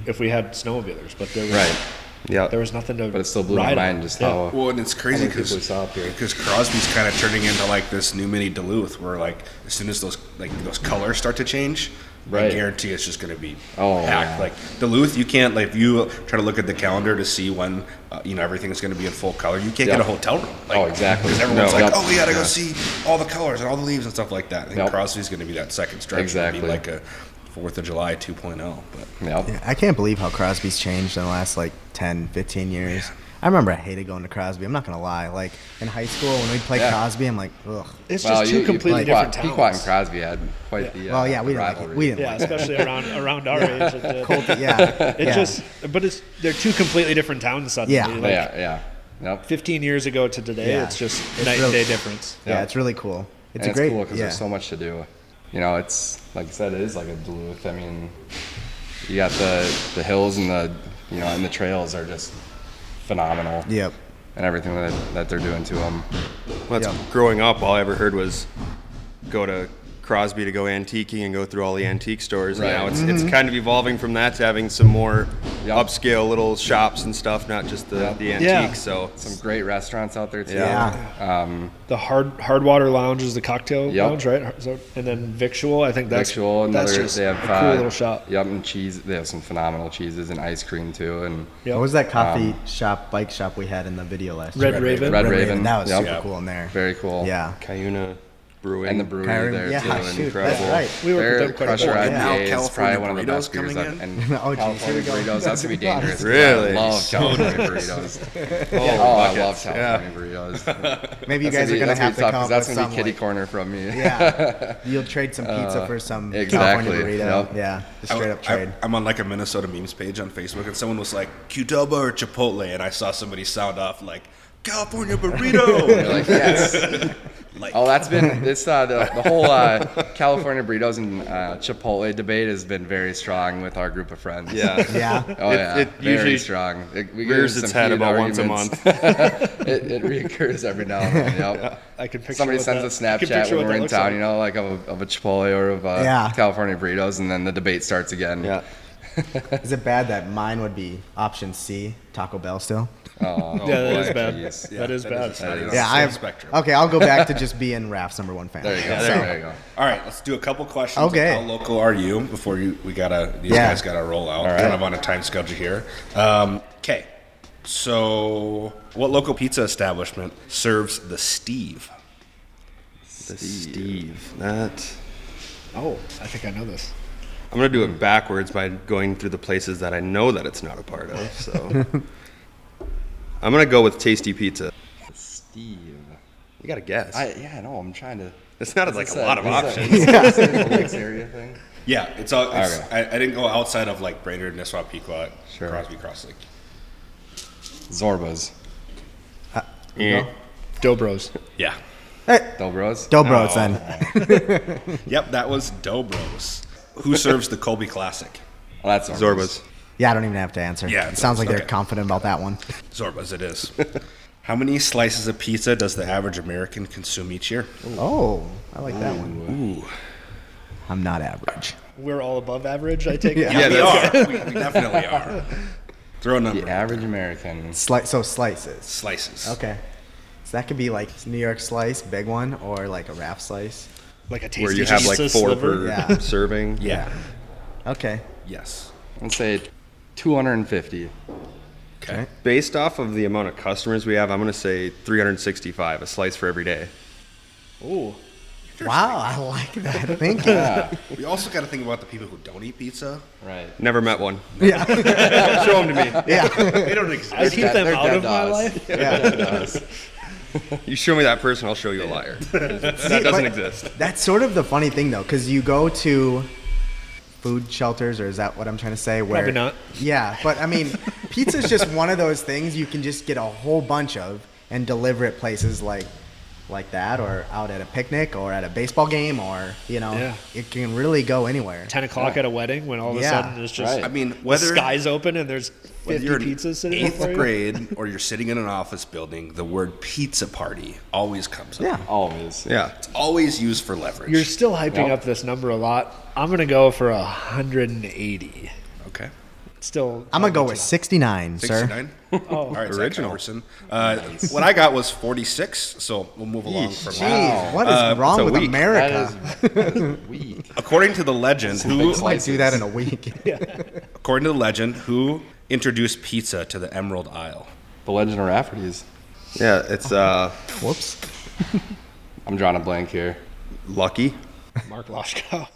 Speaker 3: if we had snowmobilers, but there was
Speaker 5: Mm-hmm. right,
Speaker 6: Yeah.
Speaker 3: there was nothing to.
Speaker 5: but it still blew my
Speaker 3: ride on.
Speaker 5: mind just
Speaker 3: Yeah.
Speaker 5: how
Speaker 4: Well, and it's crazy
Speaker 5: many people we
Speaker 4: because
Speaker 5: saw up here.
Speaker 4: Crosby's kind of turning into like this new mini Duluth, where like as soon as those like those colors start to change, I
Speaker 5: Right.
Speaker 4: guarantee it's just going to be
Speaker 5: Oh,
Speaker 4: packed.
Speaker 5: yeah.
Speaker 4: Like Duluth, you can't like if you try to look at the calendar to see when uh, you know everything's going to be in full color. You can't get
Speaker 5: Yeah.
Speaker 4: a hotel room. Like,
Speaker 5: Oh, exactly.
Speaker 4: Because everyone's
Speaker 5: No.
Speaker 4: like,
Speaker 5: Yep.
Speaker 4: oh, we got to go
Speaker 5: Yeah.
Speaker 4: see all the colors and all the leaves and stuff like that. And
Speaker 5: Yep.
Speaker 4: Crosby's going to be that second stretch.
Speaker 5: Exactly.
Speaker 4: It'll be like a Fourth of July 2.0, but.
Speaker 5: yep.
Speaker 2: Yeah, I can't believe how Crosby's changed in the last like 10, 15 years. I remember I hated going to Crosby. I'm not gonna lie. Like in high school when we'd play
Speaker 5: Yeah.
Speaker 2: Crosby, I'm like, ugh.
Speaker 3: It's
Speaker 5: Wow,
Speaker 3: just
Speaker 5: you-
Speaker 3: two
Speaker 5: you-
Speaker 3: completely
Speaker 5: Pequot-
Speaker 3: different
Speaker 5: Pequot and
Speaker 3: towns.
Speaker 5: Crosby had quite the uh,
Speaker 2: Well, yeah, we didn't like it.
Speaker 5: rivalry.
Speaker 2: We didn't
Speaker 3: Yeah,
Speaker 2: like it.
Speaker 3: especially around around our age. It, did.
Speaker 2: Yeah.
Speaker 3: It
Speaker 2: yeah.
Speaker 3: just, but it's they're two completely different towns suddenly.
Speaker 2: Yeah.
Speaker 3: Like,
Speaker 5: yeah, yeah, yep.
Speaker 3: 15 years ago to today,
Speaker 2: Yeah.
Speaker 3: it's just
Speaker 2: It's
Speaker 3: night
Speaker 2: really-
Speaker 3: and day difference.
Speaker 2: yeah,
Speaker 5: yeah.
Speaker 2: it's really cool. It's
Speaker 5: and
Speaker 2: a great
Speaker 5: it's cool because
Speaker 2: yeah.
Speaker 5: there's so much to do. You know, it's like I said, it is like a Duluth. I mean, you got the the hills and the you know and the trails are just phenomenal.
Speaker 2: Yep.
Speaker 5: And everything that that they're doing to them.
Speaker 6: Well, that's
Speaker 2: Yeah.
Speaker 6: growing up. All I ever heard was go to Crosby to go antiquing and go through all the antique stores.
Speaker 5: Right.
Speaker 6: And now it's it's kind of evolving from that to having some more
Speaker 5: Yeah.
Speaker 6: upscale little shops and stuff, not just the the antiques.
Speaker 3: Yeah.
Speaker 6: So
Speaker 5: Some great restaurants out there too.
Speaker 2: Yeah.
Speaker 5: Um,
Speaker 3: The hard hard water lounge is the cocktail
Speaker 5: Yep.
Speaker 3: lounge, right? So- and then Victual, I think that's
Speaker 5: Victual, another.
Speaker 3: that's just
Speaker 5: they have
Speaker 3: a cool
Speaker 5: uh,
Speaker 3: little shop.
Speaker 5: Yep, and cheese. They have some phenomenal cheeses and ice cream too. And
Speaker 3: Yep.
Speaker 2: What was
Speaker 5: Um,
Speaker 2: that coffee shop, bike shop we had in the video last
Speaker 3: Red,
Speaker 2: year?
Speaker 3: Raven.
Speaker 5: Red Raven.
Speaker 2: That was
Speaker 5: Yep.
Speaker 2: super cool in there.
Speaker 5: Very cool.
Speaker 2: Yeah.
Speaker 6: Cuyuna Brewing
Speaker 5: And the brewery
Speaker 2: I rem-
Speaker 5: there
Speaker 2: yeah,
Speaker 5: too. and
Speaker 2: shoot,
Speaker 5: incredible.
Speaker 2: that's right.
Speaker 3: We work with
Speaker 5: Their
Speaker 3: them quite a
Speaker 5: Crusher
Speaker 3: bit.
Speaker 5: IPA
Speaker 4: And now
Speaker 5: is
Speaker 4: California
Speaker 5: probably one of the
Speaker 4: burritos
Speaker 5: best beers
Speaker 4: coming
Speaker 5: I've
Speaker 4: in?
Speaker 2: Oh,
Speaker 3: (laughs)
Speaker 5: and
Speaker 2: geez, here
Speaker 5: California
Speaker 2: we go.
Speaker 5: burritos. That's gonna be dangerous.
Speaker 6: Really?
Speaker 5: I love California
Speaker 3: (laughs)
Speaker 5: burritos. (laughs) oh, I love
Speaker 6: buckets, yeah.
Speaker 5: California burritos.
Speaker 2: Maybe you
Speaker 5: That's
Speaker 2: guys are
Speaker 5: be-
Speaker 2: gonna
Speaker 5: that's
Speaker 2: have
Speaker 5: be
Speaker 2: to
Speaker 5: tough,
Speaker 2: come
Speaker 5: 'cause
Speaker 2: up
Speaker 5: That's
Speaker 2: with
Speaker 5: gonna be
Speaker 2: some,
Speaker 5: kitty
Speaker 2: like-
Speaker 5: corner from me. (laughs)
Speaker 2: Yeah, you'll trade some pizza for some
Speaker 5: exactly,
Speaker 2: California burrito.
Speaker 5: yep.
Speaker 2: Yeah, just
Speaker 4: I-
Speaker 2: straight up
Speaker 4: I-
Speaker 2: trade.
Speaker 4: I'm on like a Minnesota memes page on Facebook, and someone was like Qdoba or Chipotle, and I saw somebody sound off like California burrito.
Speaker 2: (laughs)
Speaker 5: Like, yes.
Speaker 4: like,
Speaker 5: Oh, that's been this uh, the, the whole uh, California burritos and uh, Chipotle debate has been very strong with our group of friends.
Speaker 6: yeah.
Speaker 2: yeah,
Speaker 5: Oh
Speaker 6: It-
Speaker 5: yeah,
Speaker 6: it
Speaker 5: very
Speaker 6: usually
Speaker 5: strong. It, we get
Speaker 6: rears
Speaker 5: into
Speaker 6: its
Speaker 5: some
Speaker 6: head
Speaker 5: heated
Speaker 6: about once a
Speaker 5: arguments. (laughs) it, it reoccurs every now and then. Yep.
Speaker 3: (laughs) I can picture
Speaker 5: Somebody
Speaker 3: what
Speaker 5: sends a
Speaker 3: that- I can
Speaker 5: Snapchat
Speaker 3: picture what
Speaker 5: when we're
Speaker 3: that
Speaker 5: in
Speaker 3: looks
Speaker 5: town,
Speaker 3: like.
Speaker 5: you know, like of a, of a Chipotle or of uh,
Speaker 2: Yeah.
Speaker 5: California burritos, and then the debate starts again.
Speaker 6: Yeah.
Speaker 2: Is it bad that mine would be option C, Taco Bell still?
Speaker 6: (laughs)
Speaker 3: yeah, that is bad.
Speaker 5: Oh, Jeez.
Speaker 3: that is
Speaker 4: that
Speaker 3: bad.
Speaker 4: is- that is-
Speaker 2: Yeah, I
Speaker 4: Same
Speaker 2: have.
Speaker 4: spectrum.
Speaker 2: Okay, I'll go back to just being Raph's number one fan.
Speaker 5: There you go.
Speaker 4: Yeah,
Speaker 5: there,
Speaker 4: so-
Speaker 5: there you go.
Speaker 4: All right, let's do a couple questions.
Speaker 2: Okay.
Speaker 4: How local are you? Before you, we gotta these
Speaker 2: Yeah.
Speaker 4: guys gotta roll out. Kind of on a time schedule here. Um, okay, so what local pizza establishment serves the Steve?
Speaker 6: Steve. That.
Speaker 3: Oh, I think I know this.
Speaker 6: I'm gonna do it backwards by going through the places that I know that it's not a part of. So I'm gonna go with Tasty Pizza.
Speaker 5: Steve.
Speaker 6: You gotta guess.
Speaker 5: I yeah, I know. I'm trying to.
Speaker 6: it's not like
Speaker 5: Is
Speaker 6: a
Speaker 5: that-
Speaker 6: lot of
Speaker 5: is that-
Speaker 6: options.
Speaker 5: is
Speaker 6: (laughs)
Speaker 5: that the Lakes area thing.
Speaker 4: Yeah, it's all. It's,
Speaker 5: Okay.
Speaker 4: I, I didn't go outside of like Brainerd, Nisswa, Pequot, Crosby, Cross Lake.
Speaker 5: Zorba's.
Speaker 3: Dobros.
Speaker 4: Yeah.
Speaker 5: Dobros.
Speaker 2: Dobros then.
Speaker 4: Yep, that was Dobros. Who serves the Colby Classic?
Speaker 5: Oh, that's Zorba's.
Speaker 6: Zorba's.
Speaker 2: Yeah, I don't even have to answer.
Speaker 4: Yeah,
Speaker 2: it sounds like
Speaker 4: okay.
Speaker 2: they're confident about that one.
Speaker 4: Zorba's it
Speaker 3: (laughs)
Speaker 4: is. How many slices of pizza does the average American consume each year?
Speaker 2: Oh, I like that one. I'm not average.
Speaker 3: We're all above average, I take it.
Speaker 4: Yeah, we are. we,
Speaker 3: (laughs)
Speaker 4: we definitely are. Throw a number.
Speaker 5: The average American.
Speaker 2: Slice. So slices.
Speaker 4: Slices.
Speaker 2: Okay. So that could be like New York slice, big one, or like a Raph slice.
Speaker 3: Like a tasty
Speaker 6: Where you have like
Speaker 3: pizza
Speaker 6: four
Speaker 3: sliver.
Speaker 6: per
Speaker 2: Yeah.
Speaker 6: serving.
Speaker 4: Yeah.
Speaker 2: Okay.
Speaker 4: Yes.
Speaker 5: Let's say 250.
Speaker 4: Okay.
Speaker 6: Based off of the amount of customers we have, I'm gonna say 365, a slice for every day.
Speaker 3: Ooh.
Speaker 2: Wow, I like that thinking.
Speaker 4: We also got to think about the people who don't eat pizza.
Speaker 5: Right.
Speaker 6: Never met one. (laughs)
Speaker 2: yeah.
Speaker 6: Show them to me.
Speaker 2: Yeah.
Speaker 4: They don't
Speaker 3: I
Speaker 4: exist.
Speaker 3: keep them
Speaker 5: they're
Speaker 3: out
Speaker 5: dead
Speaker 3: of my
Speaker 5: dogs.
Speaker 3: life.
Speaker 2: yeah.
Speaker 6: You show me that person, I'll show you a liar. that
Speaker 2: (laughs)
Speaker 6: doesn't exist.
Speaker 2: That's sort of the funny thing though, because you go to food shelters, or is that what I'm trying to say? Where,
Speaker 3: Probably not.
Speaker 2: Yeah, but I mean, pizza is just one of those things you can just get a whole bunch of and deliver at places like like that, or out at a picnic, or at a baseball game, or you know,
Speaker 3: Yeah.
Speaker 2: it can really go anywhere.
Speaker 3: 10 o'clock at a wedding when all of a
Speaker 2: Yeah.
Speaker 3: sudden it's just
Speaker 5: Right.
Speaker 4: I mean,
Speaker 3: the
Speaker 4: whether
Speaker 3: sky's open and there's 50
Speaker 4: whether you're in
Speaker 3: pizzas sitting
Speaker 4: eighth
Speaker 3: before you.
Speaker 4: grade or you're sitting in an office building, the word pizza party always comes up.
Speaker 2: Yeah.
Speaker 5: Always.
Speaker 6: Yeah.
Speaker 4: It's always used for leverage.
Speaker 3: You're still hyping
Speaker 5: Yep.
Speaker 3: up this number a lot. I'm going to go for 180.
Speaker 4: okay.
Speaker 3: Still.
Speaker 2: I'm gonna go with 69, sir.
Speaker 4: 69?
Speaker 3: Oh.
Speaker 4: (laughs) All right,
Speaker 6: Original.
Speaker 4: original. Uh, What I got was 46, so we'll move along from that.
Speaker 2: Jeez, what is
Speaker 4: Uh,
Speaker 6: it's
Speaker 2: wrong
Speaker 6: a
Speaker 2: with
Speaker 6: week.
Speaker 2: America?
Speaker 5: That is weak.
Speaker 4: According to the legend, who
Speaker 2: I do that in a week.
Speaker 4: according to the legend, who introduced pizza to the Emerald Isle?
Speaker 5: The Legend of Rafferty's.
Speaker 6: Yeah, it's uh,
Speaker 2: Whoops.
Speaker 5: I'm drawing a blank here.
Speaker 6: lucky.
Speaker 3: Mark Loshkow.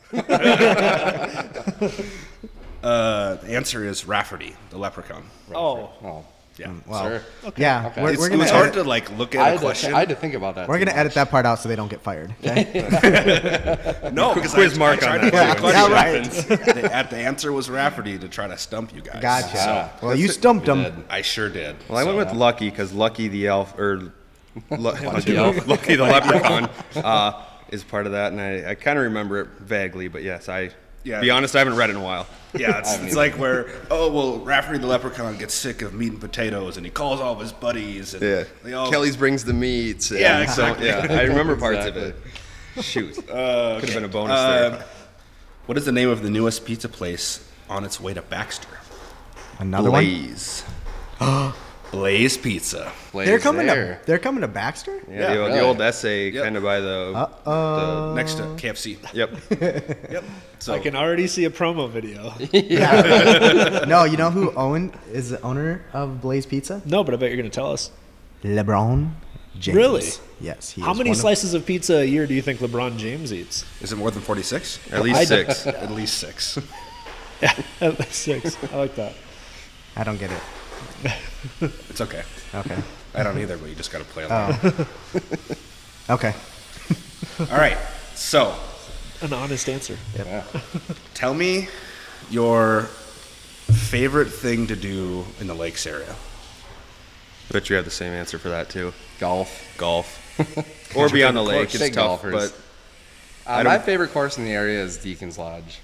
Speaker 4: Uh, the answer is Rafferty, the leprechaun.
Speaker 3: oh.
Speaker 5: Oh,
Speaker 4: Yeah.
Speaker 2: Wow.
Speaker 5: sure.
Speaker 2: Yeah,
Speaker 5: Okay.
Speaker 2: we're,
Speaker 4: It's,
Speaker 2: we're
Speaker 4: it
Speaker 2: gonna
Speaker 4: was hard
Speaker 2: edit,
Speaker 4: to like look
Speaker 5: I
Speaker 4: at a
Speaker 5: had, to
Speaker 4: question.
Speaker 5: I had to think about that.
Speaker 2: we're
Speaker 5: too
Speaker 2: gonna edit that part out so they don't get fired. Okay.
Speaker 4: no, because
Speaker 6: Quiz
Speaker 4: I,
Speaker 6: mark
Speaker 4: I
Speaker 6: on
Speaker 4: tried
Speaker 6: that,
Speaker 4: to
Speaker 2: too. Yeah,
Speaker 4: look at the question. (laughs) The, at the answer was Rafferty to try to stump you guys.
Speaker 2: Gotcha.
Speaker 5: Yeah.
Speaker 2: well, you stumped
Speaker 5: much.
Speaker 2: them.
Speaker 5: Dead.
Speaker 4: I sure did.
Speaker 6: Well, I went
Speaker 4: So- uh,
Speaker 6: with Lucky because Lucky the elf or Lu-
Speaker 4: (laughs)
Speaker 6: Lucky,
Speaker 2: (laughs)
Speaker 5: the elf.
Speaker 6: Lucky the leprechaun uh, is part of that, and I, I kind of remember it vaguely. But yes, I.
Speaker 4: Yeah.
Speaker 6: Be honest, I haven't read it in a while.
Speaker 4: Yeah,
Speaker 6: (laughs)
Speaker 4: it's, it's like where oh well, Rafferty the leprechaun gets sick of meat and potatoes, and he calls all of his buddies, and they all
Speaker 6: Kelly's brings the meats. and
Speaker 4: Yeah,
Speaker 6: so-
Speaker 4: exactly.
Speaker 6: yeah,
Speaker 4: (laughs)
Speaker 2: (laughs)
Speaker 6: I remember parts of it. Shoot, could have been a bonus
Speaker 5: um,
Speaker 4: Uh,
Speaker 6: there.
Speaker 4: what is the name of the newest pizza place on its way to Baxter?
Speaker 2: Another one.
Speaker 6: Blaze.
Speaker 4: Blaze Pizza.
Speaker 5: Blaze
Speaker 2: They're coming
Speaker 5: there.
Speaker 2: to. They're coming to Baxter.
Speaker 4: Yeah,
Speaker 6: Yeah, the, old- the
Speaker 5: really.
Speaker 6: old essay
Speaker 4: Yep.
Speaker 6: kind of by the.
Speaker 2: Uh-oh.
Speaker 6: the-
Speaker 4: Next to KFC.
Speaker 6: Yep.
Speaker 4: Yep. So
Speaker 3: I can already see a promo video.
Speaker 2: (laughs) no, you know who own is the owner of Blaze Pizza?
Speaker 3: no, but I bet you're going to tell us.
Speaker 2: LeBron James.
Speaker 3: Really?
Speaker 2: Yes. He
Speaker 3: How
Speaker 2: is
Speaker 3: many
Speaker 2: one of-
Speaker 3: slices of pizza a year do you think LeBron James eats? (laughs)
Speaker 4: is it more than forty six?
Speaker 6: At least six.
Speaker 4: At least six. (laughs)
Speaker 3: Six. I like that.
Speaker 2: I don't get it.
Speaker 4: It's okay.
Speaker 2: Okay.
Speaker 4: I don't either, but you just gotta play along.
Speaker 2: Okay.
Speaker 6: Oh.
Speaker 4: All right. So
Speaker 3: An honest answer.
Speaker 4: tell me your favorite thing to do in the lakes area.
Speaker 6: Bet you have the same answer for that too.
Speaker 5: Golf. (laughs)
Speaker 6: Golf. or be on the lake.
Speaker 5: course.
Speaker 6: It's
Speaker 5: Big
Speaker 6: tough,
Speaker 5: golfers. Uh,
Speaker 6: don't-
Speaker 5: my favorite course in the area is Deacon's Lodge.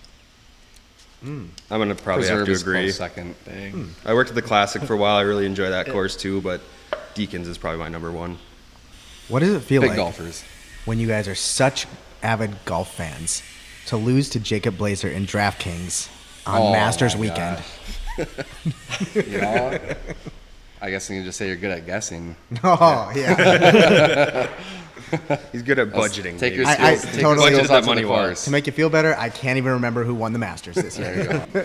Speaker 6: but I'm gonna probably
Speaker 5: Preserve
Speaker 6: have
Speaker 5: is
Speaker 6: to agree.
Speaker 5: close second.
Speaker 3: Dang.
Speaker 6: I worked at the Classic for a while. I really enjoy that course too, but Deacons is probably my number one.
Speaker 2: What does it feel
Speaker 5: Big
Speaker 2: like
Speaker 5: golfers.
Speaker 2: when you guys are such avid golf fans to lose to Jacob Blazer in DraftKings on
Speaker 5: Oh,
Speaker 2: Masters
Speaker 5: my
Speaker 2: weekend.
Speaker 5: You know, I guess you can just say you're good at guessing.
Speaker 2: (laughs) Oh yeah,
Speaker 6: He's good at budgeting.
Speaker 5: Take your
Speaker 6: baby.
Speaker 5: skills,
Speaker 2: I- I
Speaker 5: take
Speaker 2: totally-
Speaker 5: your skills
Speaker 6: Budget
Speaker 5: out
Speaker 6: that
Speaker 5: to the
Speaker 6: money well.
Speaker 5: course.
Speaker 2: to make you feel better, I can't even remember who won the Masters this year.
Speaker 5: There you go.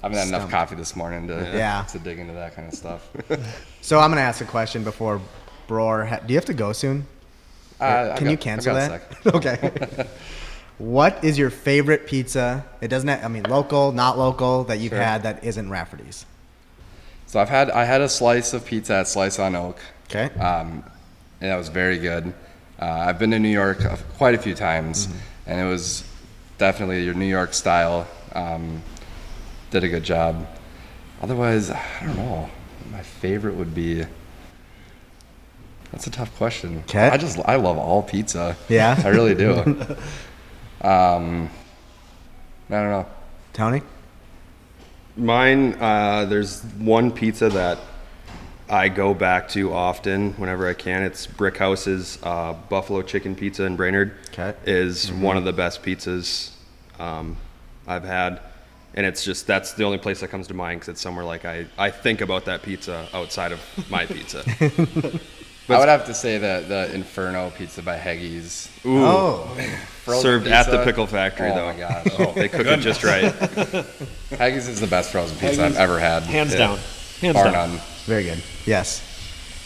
Speaker 5: I haven't had enough coffee this morning to
Speaker 2: Yeah.
Speaker 5: to dig into that kind of
Speaker 2: (laughs)
Speaker 5: stuff. Uh,
Speaker 2: So I'm gonna ask a question before Broer. Ha- Do you have to go soon?
Speaker 5: Uh,
Speaker 2: Can you cancel that?
Speaker 5: that?
Speaker 2: (laughs) okay. what is your favorite pizza? It doesn't. Have, I mean, local, not local, that you've had that isn't Rafferty's.
Speaker 5: So I've had I had a slice of pizza at Slice on Oak.
Speaker 2: Okay.
Speaker 5: Um, and that was very good. Uh, I've been to New York a- quite a few times,
Speaker 2: Mm-hmm.
Speaker 5: and it was definitely your New York style. Um, did a good job. Otherwise, I don't know. My favorite would be. That's a tough question.
Speaker 2: Okay.
Speaker 5: I just I love all pizza.
Speaker 2: Yeah?
Speaker 5: I really
Speaker 2: (laughs)
Speaker 5: do. um, I don't know.
Speaker 2: Tony.
Speaker 6: Mine, uh, there's one pizza that I go back to often whenever I can. It's Brick House's uh, Buffalo Chicken Pizza in Brainerd.
Speaker 2: 'Kay.
Speaker 6: Is
Speaker 5: Mm-hmm.
Speaker 6: one of the best pizzas um, I've had. And it's just, that's the only place that comes to mind because it's somewhere like I, I think about that pizza outside of
Speaker 5: (laughs)
Speaker 6: my pizza.
Speaker 5: I would have to say the the Inferno pizza by Heggy's.
Speaker 6: Ooh,
Speaker 2: Oh,
Speaker 5: Frozen
Speaker 6: served at the
Speaker 5: pizza.
Speaker 6: Pickle Factory
Speaker 5: oh
Speaker 6: though.
Speaker 5: my gosh.
Speaker 6: Oh, (laughs) they cook it just right.
Speaker 5: Haggis is the best frozen pizza I've
Speaker 3: Haggis-
Speaker 5: ever had.
Speaker 3: Hands
Speaker 5: Yeah.
Speaker 3: down. Hands
Speaker 5: Bar
Speaker 3: down.
Speaker 5: none.
Speaker 2: very good. Yes.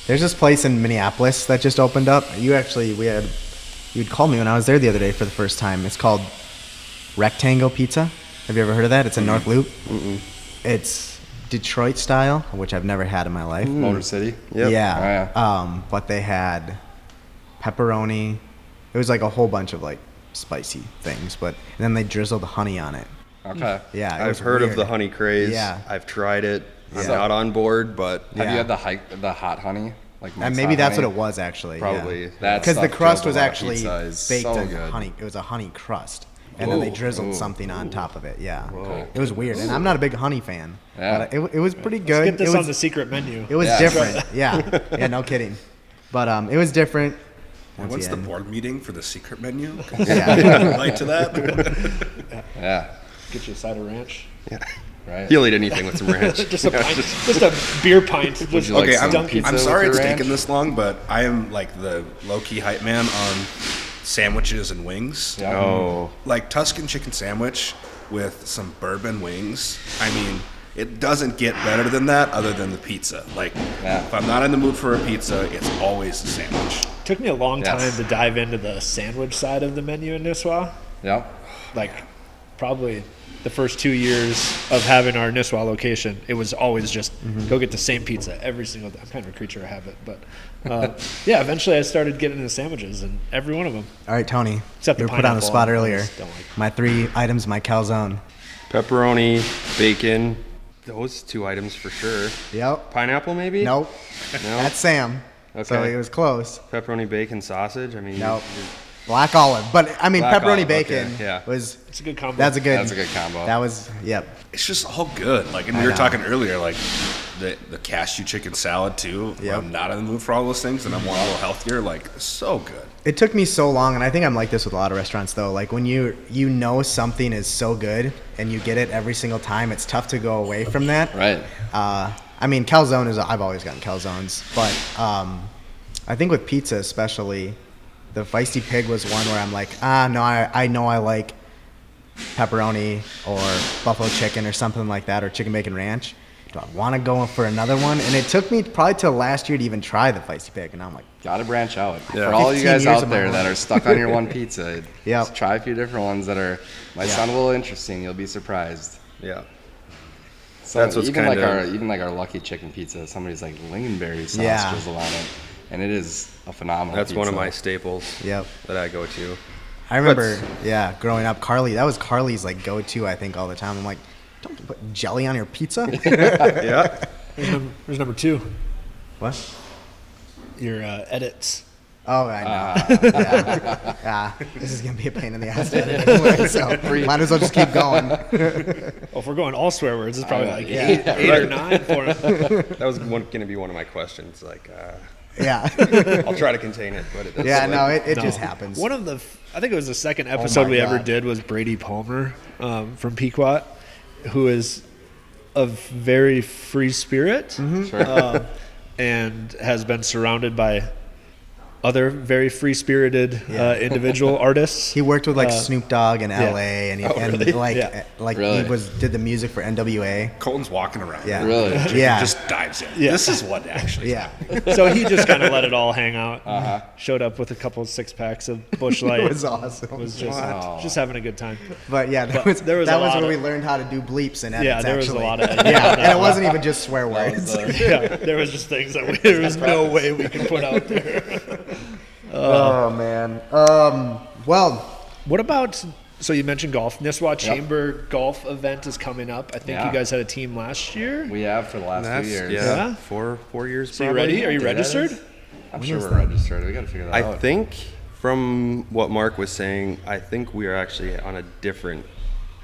Speaker 2: There's this place in Minneapolis that just opened up. You actually, we had, you'd call me when I was there the other day for the first time. It's called Rectangle Pizza. Have you ever heard of that? It's in North Loop. It's Detroit style, which I've never had in my life.
Speaker 5: Motor City.
Speaker 2: Yeah.
Speaker 5: Oh,
Speaker 2: Um, but they had pepperoni. It was like a whole bunch of like spicy things, but and then they drizzled honey on it.
Speaker 5: yeah. Okay.
Speaker 2: Yeah. it
Speaker 6: I've
Speaker 2: was
Speaker 6: heard of
Speaker 2: weird.
Speaker 6: the honey craze.
Speaker 2: Yeah.
Speaker 6: I've tried it. I'm
Speaker 2: Yeah.
Speaker 6: not on board, but
Speaker 5: Have
Speaker 2: Yeah.
Speaker 5: you had the hike, the hot honey? Like
Speaker 2: And
Speaker 5: Mike's
Speaker 2: maybe
Speaker 5: hot
Speaker 2: that's
Speaker 5: honey?
Speaker 2: what it was actually.
Speaker 6: Probably.
Speaker 5: That
Speaker 2: Because the
Speaker 5: stuff
Speaker 2: crust was
Speaker 5: goes with a lot of
Speaker 2: actually
Speaker 5: pizza
Speaker 2: baked
Speaker 5: is so
Speaker 2: in
Speaker 5: good.
Speaker 2: honey. It was a honey crust, and then they
Speaker 5: Ooh,
Speaker 2: drizzled
Speaker 5: ooh,
Speaker 2: something on top of it. Yeah.
Speaker 5: Cool.
Speaker 2: It was weird, and I'm not a big honey fan.
Speaker 5: Yeah.
Speaker 2: But it, it was pretty
Speaker 3: Let's
Speaker 2: good.
Speaker 3: get this
Speaker 2: it was,
Speaker 3: on the secret menu.
Speaker 2: it was
Speaker 5: Yeah. (laughs)
Speaker 2: different. yeah. Yeah. No kidding. But um, it was different. Once
Speaker 4: What's the
Speaker 2: again.
Speaker 4: board meeting for the secret
Speaker 5: (laughs)
Speaker 4: menu?
Speaker 2: Yeah.
Speaker 4: Light to that.
Speaker 5: Yeah.
Speaker 3: Get you a cider ranch.
Speaker 5: Right.
Speaker 6: he'll eat anything with some ranch.
Speaker 5: (laughs)
Speaker 3: Just a pint, just a beer pint. Just
Speaker 5: you like
Speaker 4: okay,
Speaker 5: some
Speaker 4: I'm,
Speaker 5: pizza
Speaker 4: I'm
Speaker 5: with
Speaker 4: sorry
Speaker 5: your
Speaker 4: it's
Speaker 5: ranch?
Speaker 4: taken this long, but I am like the low key hype man on sandwiches and wings.
Speaker 5: Yeah.
Speaker 6: Oh,
Speaker 4: Like Tuscan chicken sandwich with some bourbon wings. I mean, it doesn't get better than that other than the pizza. Like,
Speaker 5: Yeah.
Speaker 4: if I'm not in the mood for a pizza, it's always a sandwich.
Speaker 3: Took me a long
Speaker 5: Yes.
Speaker 3: time to dive into the sandwich side of the menu in Nisswa.
Speaker 5: Yep.
Speaker 3: Like, probably the first two years of having our Nisswa location, it was always just go get the same pizza every single day. I'm kind of a creature of habit, but uh, (laughs) yeah, eventually I started getting into sandwiches and every one of them.
Speaker 2: All right, Tony.
Speaker 3: Except
Speaker 2: you
Speaker 3: the
Speaker 2: were put on the
Speaker 3: pineapple.
Speaker 2: spot
Speaker 3: I
Speaker 2: earlier.
Speaker 3: just don't like-
Speaker 2: My three items, my calzone.
Speaker 6: pepperoni, bacon, those two items for sure.
Speaker 2: Yep.
Speaker 6: Pineapple maybe?
Speaker 2: Nope.
Speaker 6: No.
Speaker 2: That's Sam. So
Speaker 6: Okay.
Speaker 2: it was close.
Speaker 6: pepperoni, bacon, sausage. I mean,
Speaker 2: Nope. Black olive. But I mean,
Speaker 6: Black
Speaker 2: pepperoni
Speaker 6: olive, okay,
Speaker 2: bacon
Speaker 6: yeah.
Speaker 2: was.
Speaker 3: It's a good combo.
Speaker 2: That's a good.
Speaker 5: That's a good combo.
Speaker 2: That was. Yep.
Speaker 4: It's just all good. Like, and we were
Speaker 2: know.
Speaker 4: talking earlier, like the the cashew chicken salad too.
Speaker 2: Yep.
Speaker 4: I'm not in the mood for all those things, and I'm a little healthier. Like, so good.
Speaker 2: It took me so long, and I think I'm like this with a lot of restaurants though. Like when you you know something is so good and you get it every single time, it's tough to go away from that.
Speaker 5: Right.
Speaker 2: Uh, I mean, calzone is I've always gotten calzones, but um, I think with pizza especially, the feisty pig was one where I'm like, ah, no, I, I know I like pepperoni or buffalo chicken or something like that or chicken bacon ranch. Do I want to go for another one? And it took me probably till last year to even try the feisty pig, and I'm like,
Speaker 5: Gotta branch out. For all you
Speaker 2: 15
Speaker 5: guys
Speaker 2: years
Speaker 5: out
Speaker 2: of my
Speaker 5: there that
Speaker 2: life.
Speaker 5: are stuck on your one pizza,
Speaker 2: Yep.
Speaker 5: just try a few different ones that are might sound a little interesting. You'll be surprised.
Speaker 6: yeah.
Speaker 5: So
Speaker 6: That's what's
Speaker 5: even like
Speaker 6: kinda-
Speaker 5: our even like our lucky chicken pizza. Somebody's like lingonberry sauce
Speaker 2: Yeah.
Speaker 5: drizzled on it, and it is a phenomenal.
Speaker 6: That's one of my
Speaker 5: pizza.
Speaker 6: staples
Speaker 2: yep.
Speaker 6: that I
Speaker 2: (laughs)
Speaker 6: go to.
Speaker 2: I remember, yeah, growing up, Carly. That was Carly's like go-to, I think, all the time. I'm like, don't put jelly on your pizza. (laughs)
Speaker 6: Yeah.
Speaker 3: (laughs) Here's number, here's number two.
Speaker 2: what?
Speaker 3: Your uh, edits.
Speaker 2: Oh, I know. yeah. Yeah. This is going to be a pain in the ass. to edit anyway, so might as well just keep going.
Speaker 3: Oh, if we're going all swear words, it's probably
Speaker 5: know,
Speaker 3: like
Speaker 5: yeah.
Speaker 3: eight, eight or nine for him.
Speaker 6: That was one, gonna be one of my questions. Like, uh,
Speaker 2: Yeah.
Speaker 6: I'll try to contain it, but it doesn't.
Speaker 2: Yeah,
Speaker 6: like-
Speaker 2: no, it, it
Speaker 3: No.
Speaker 2: just happens. Oh
Speaker 3: One of the, I think it was the second episode we ever
Speaker 2: God.
Speaker 3: did was Brady Palmer um, from Pequot, who is a very free spirit
Speaker 2: Mm-hmm.
Speaker 3: um, and has been surrounded by other very free spirited
Speaker 2: (laughs)
Speaker 3: uh, individual artists.
Speaker 2: He worked with like
Speaker 3: Uh,
Speaker 2: Snoop Dogg in LA, and, he,
Speaker 3: Oh,
Speaker 2: and
Speaker 3: really?
Speaker 2: like eh,
Speaker 3: Yeah.
Speaker 2: like
Speaker 5: Really?
Speaker 2: he was did the music for NWA.
Speaker 4: Colton's walking around.
Speaker 2: Yeah,
Speaker 6: (laughs)
Speaker 5: Really?
Speaker 2: yeah,
Speaker 4: Just dives in.
Speaker 3: Yeah.
Speaker 4: This is what actually.
Speaker 2: yeah. (laughs)
Speaker 3: so he just kind of let it all hang out. Showed up with a couple six
Speaker 2: (laughs)
Speaker 3: packs of Bush Light.
Speaker 2: It was awesome.
Speaker 3: was just
Speaker 5: Wow.
Speaker 3: just having a
Speaker 2: (laughs)
Speaker 3: good time.
Speaker 2: but yeah, that
Speaker 3: but
Speaker 2: was,
Speaker 3: there was
Speaker 2: that
Speaker 3: a
Speaker 2: was
Speaker 3: lot
Speaker 2: where we
Speaker 3: of-
Speaker 2: learned how to do bleeps and edits.
Speaker 3: Yeah, there was a
Speaker 2: actually.
Speaker 3: lot of
Speaker 2: (laughs)
Speaker 3: editing
Speaker 2: yeah,
Speaker 3: on
Speaker 2: and
Speaker 3: that
Speaker 2: it wasn't even just swear
Speaker 5: That was
Speaker 2: words.
Speaker 5: the-
Speaker 3: Yeah, there was just things that we, there was no way we could put out there.
Speaker 2: (laughs)
Speaker 3: uh,
Speaker 2: Oh man. Um. Well,
Speaker 3: What about? So you mentioned golf. Nisswa
Speaker 5: Yep.
Speaker 3: Chamber golf event is coming up. I think
Speaker 5: Yeah.
Speaker 3: you guys had a team last year.
Speaker 5: we have for the last
Speaker 6: That's-
Speaker 5: few years.
Speaker 6: Yeah,
Speaker 3: Yeah.
Speaker 6: Four four years.
Speaker 3: so you
Speaker 6: probably.
Speaker 3: ready? Are you
Speaker 5: Dude, that is-
Speaker 3: registered?
Speaker 5: I'm sure we're registered. We got to figure that
Speaker 6: I
Speaker 5: out.
Speaker 6: think from what Mark was saying, I think we are actually on a different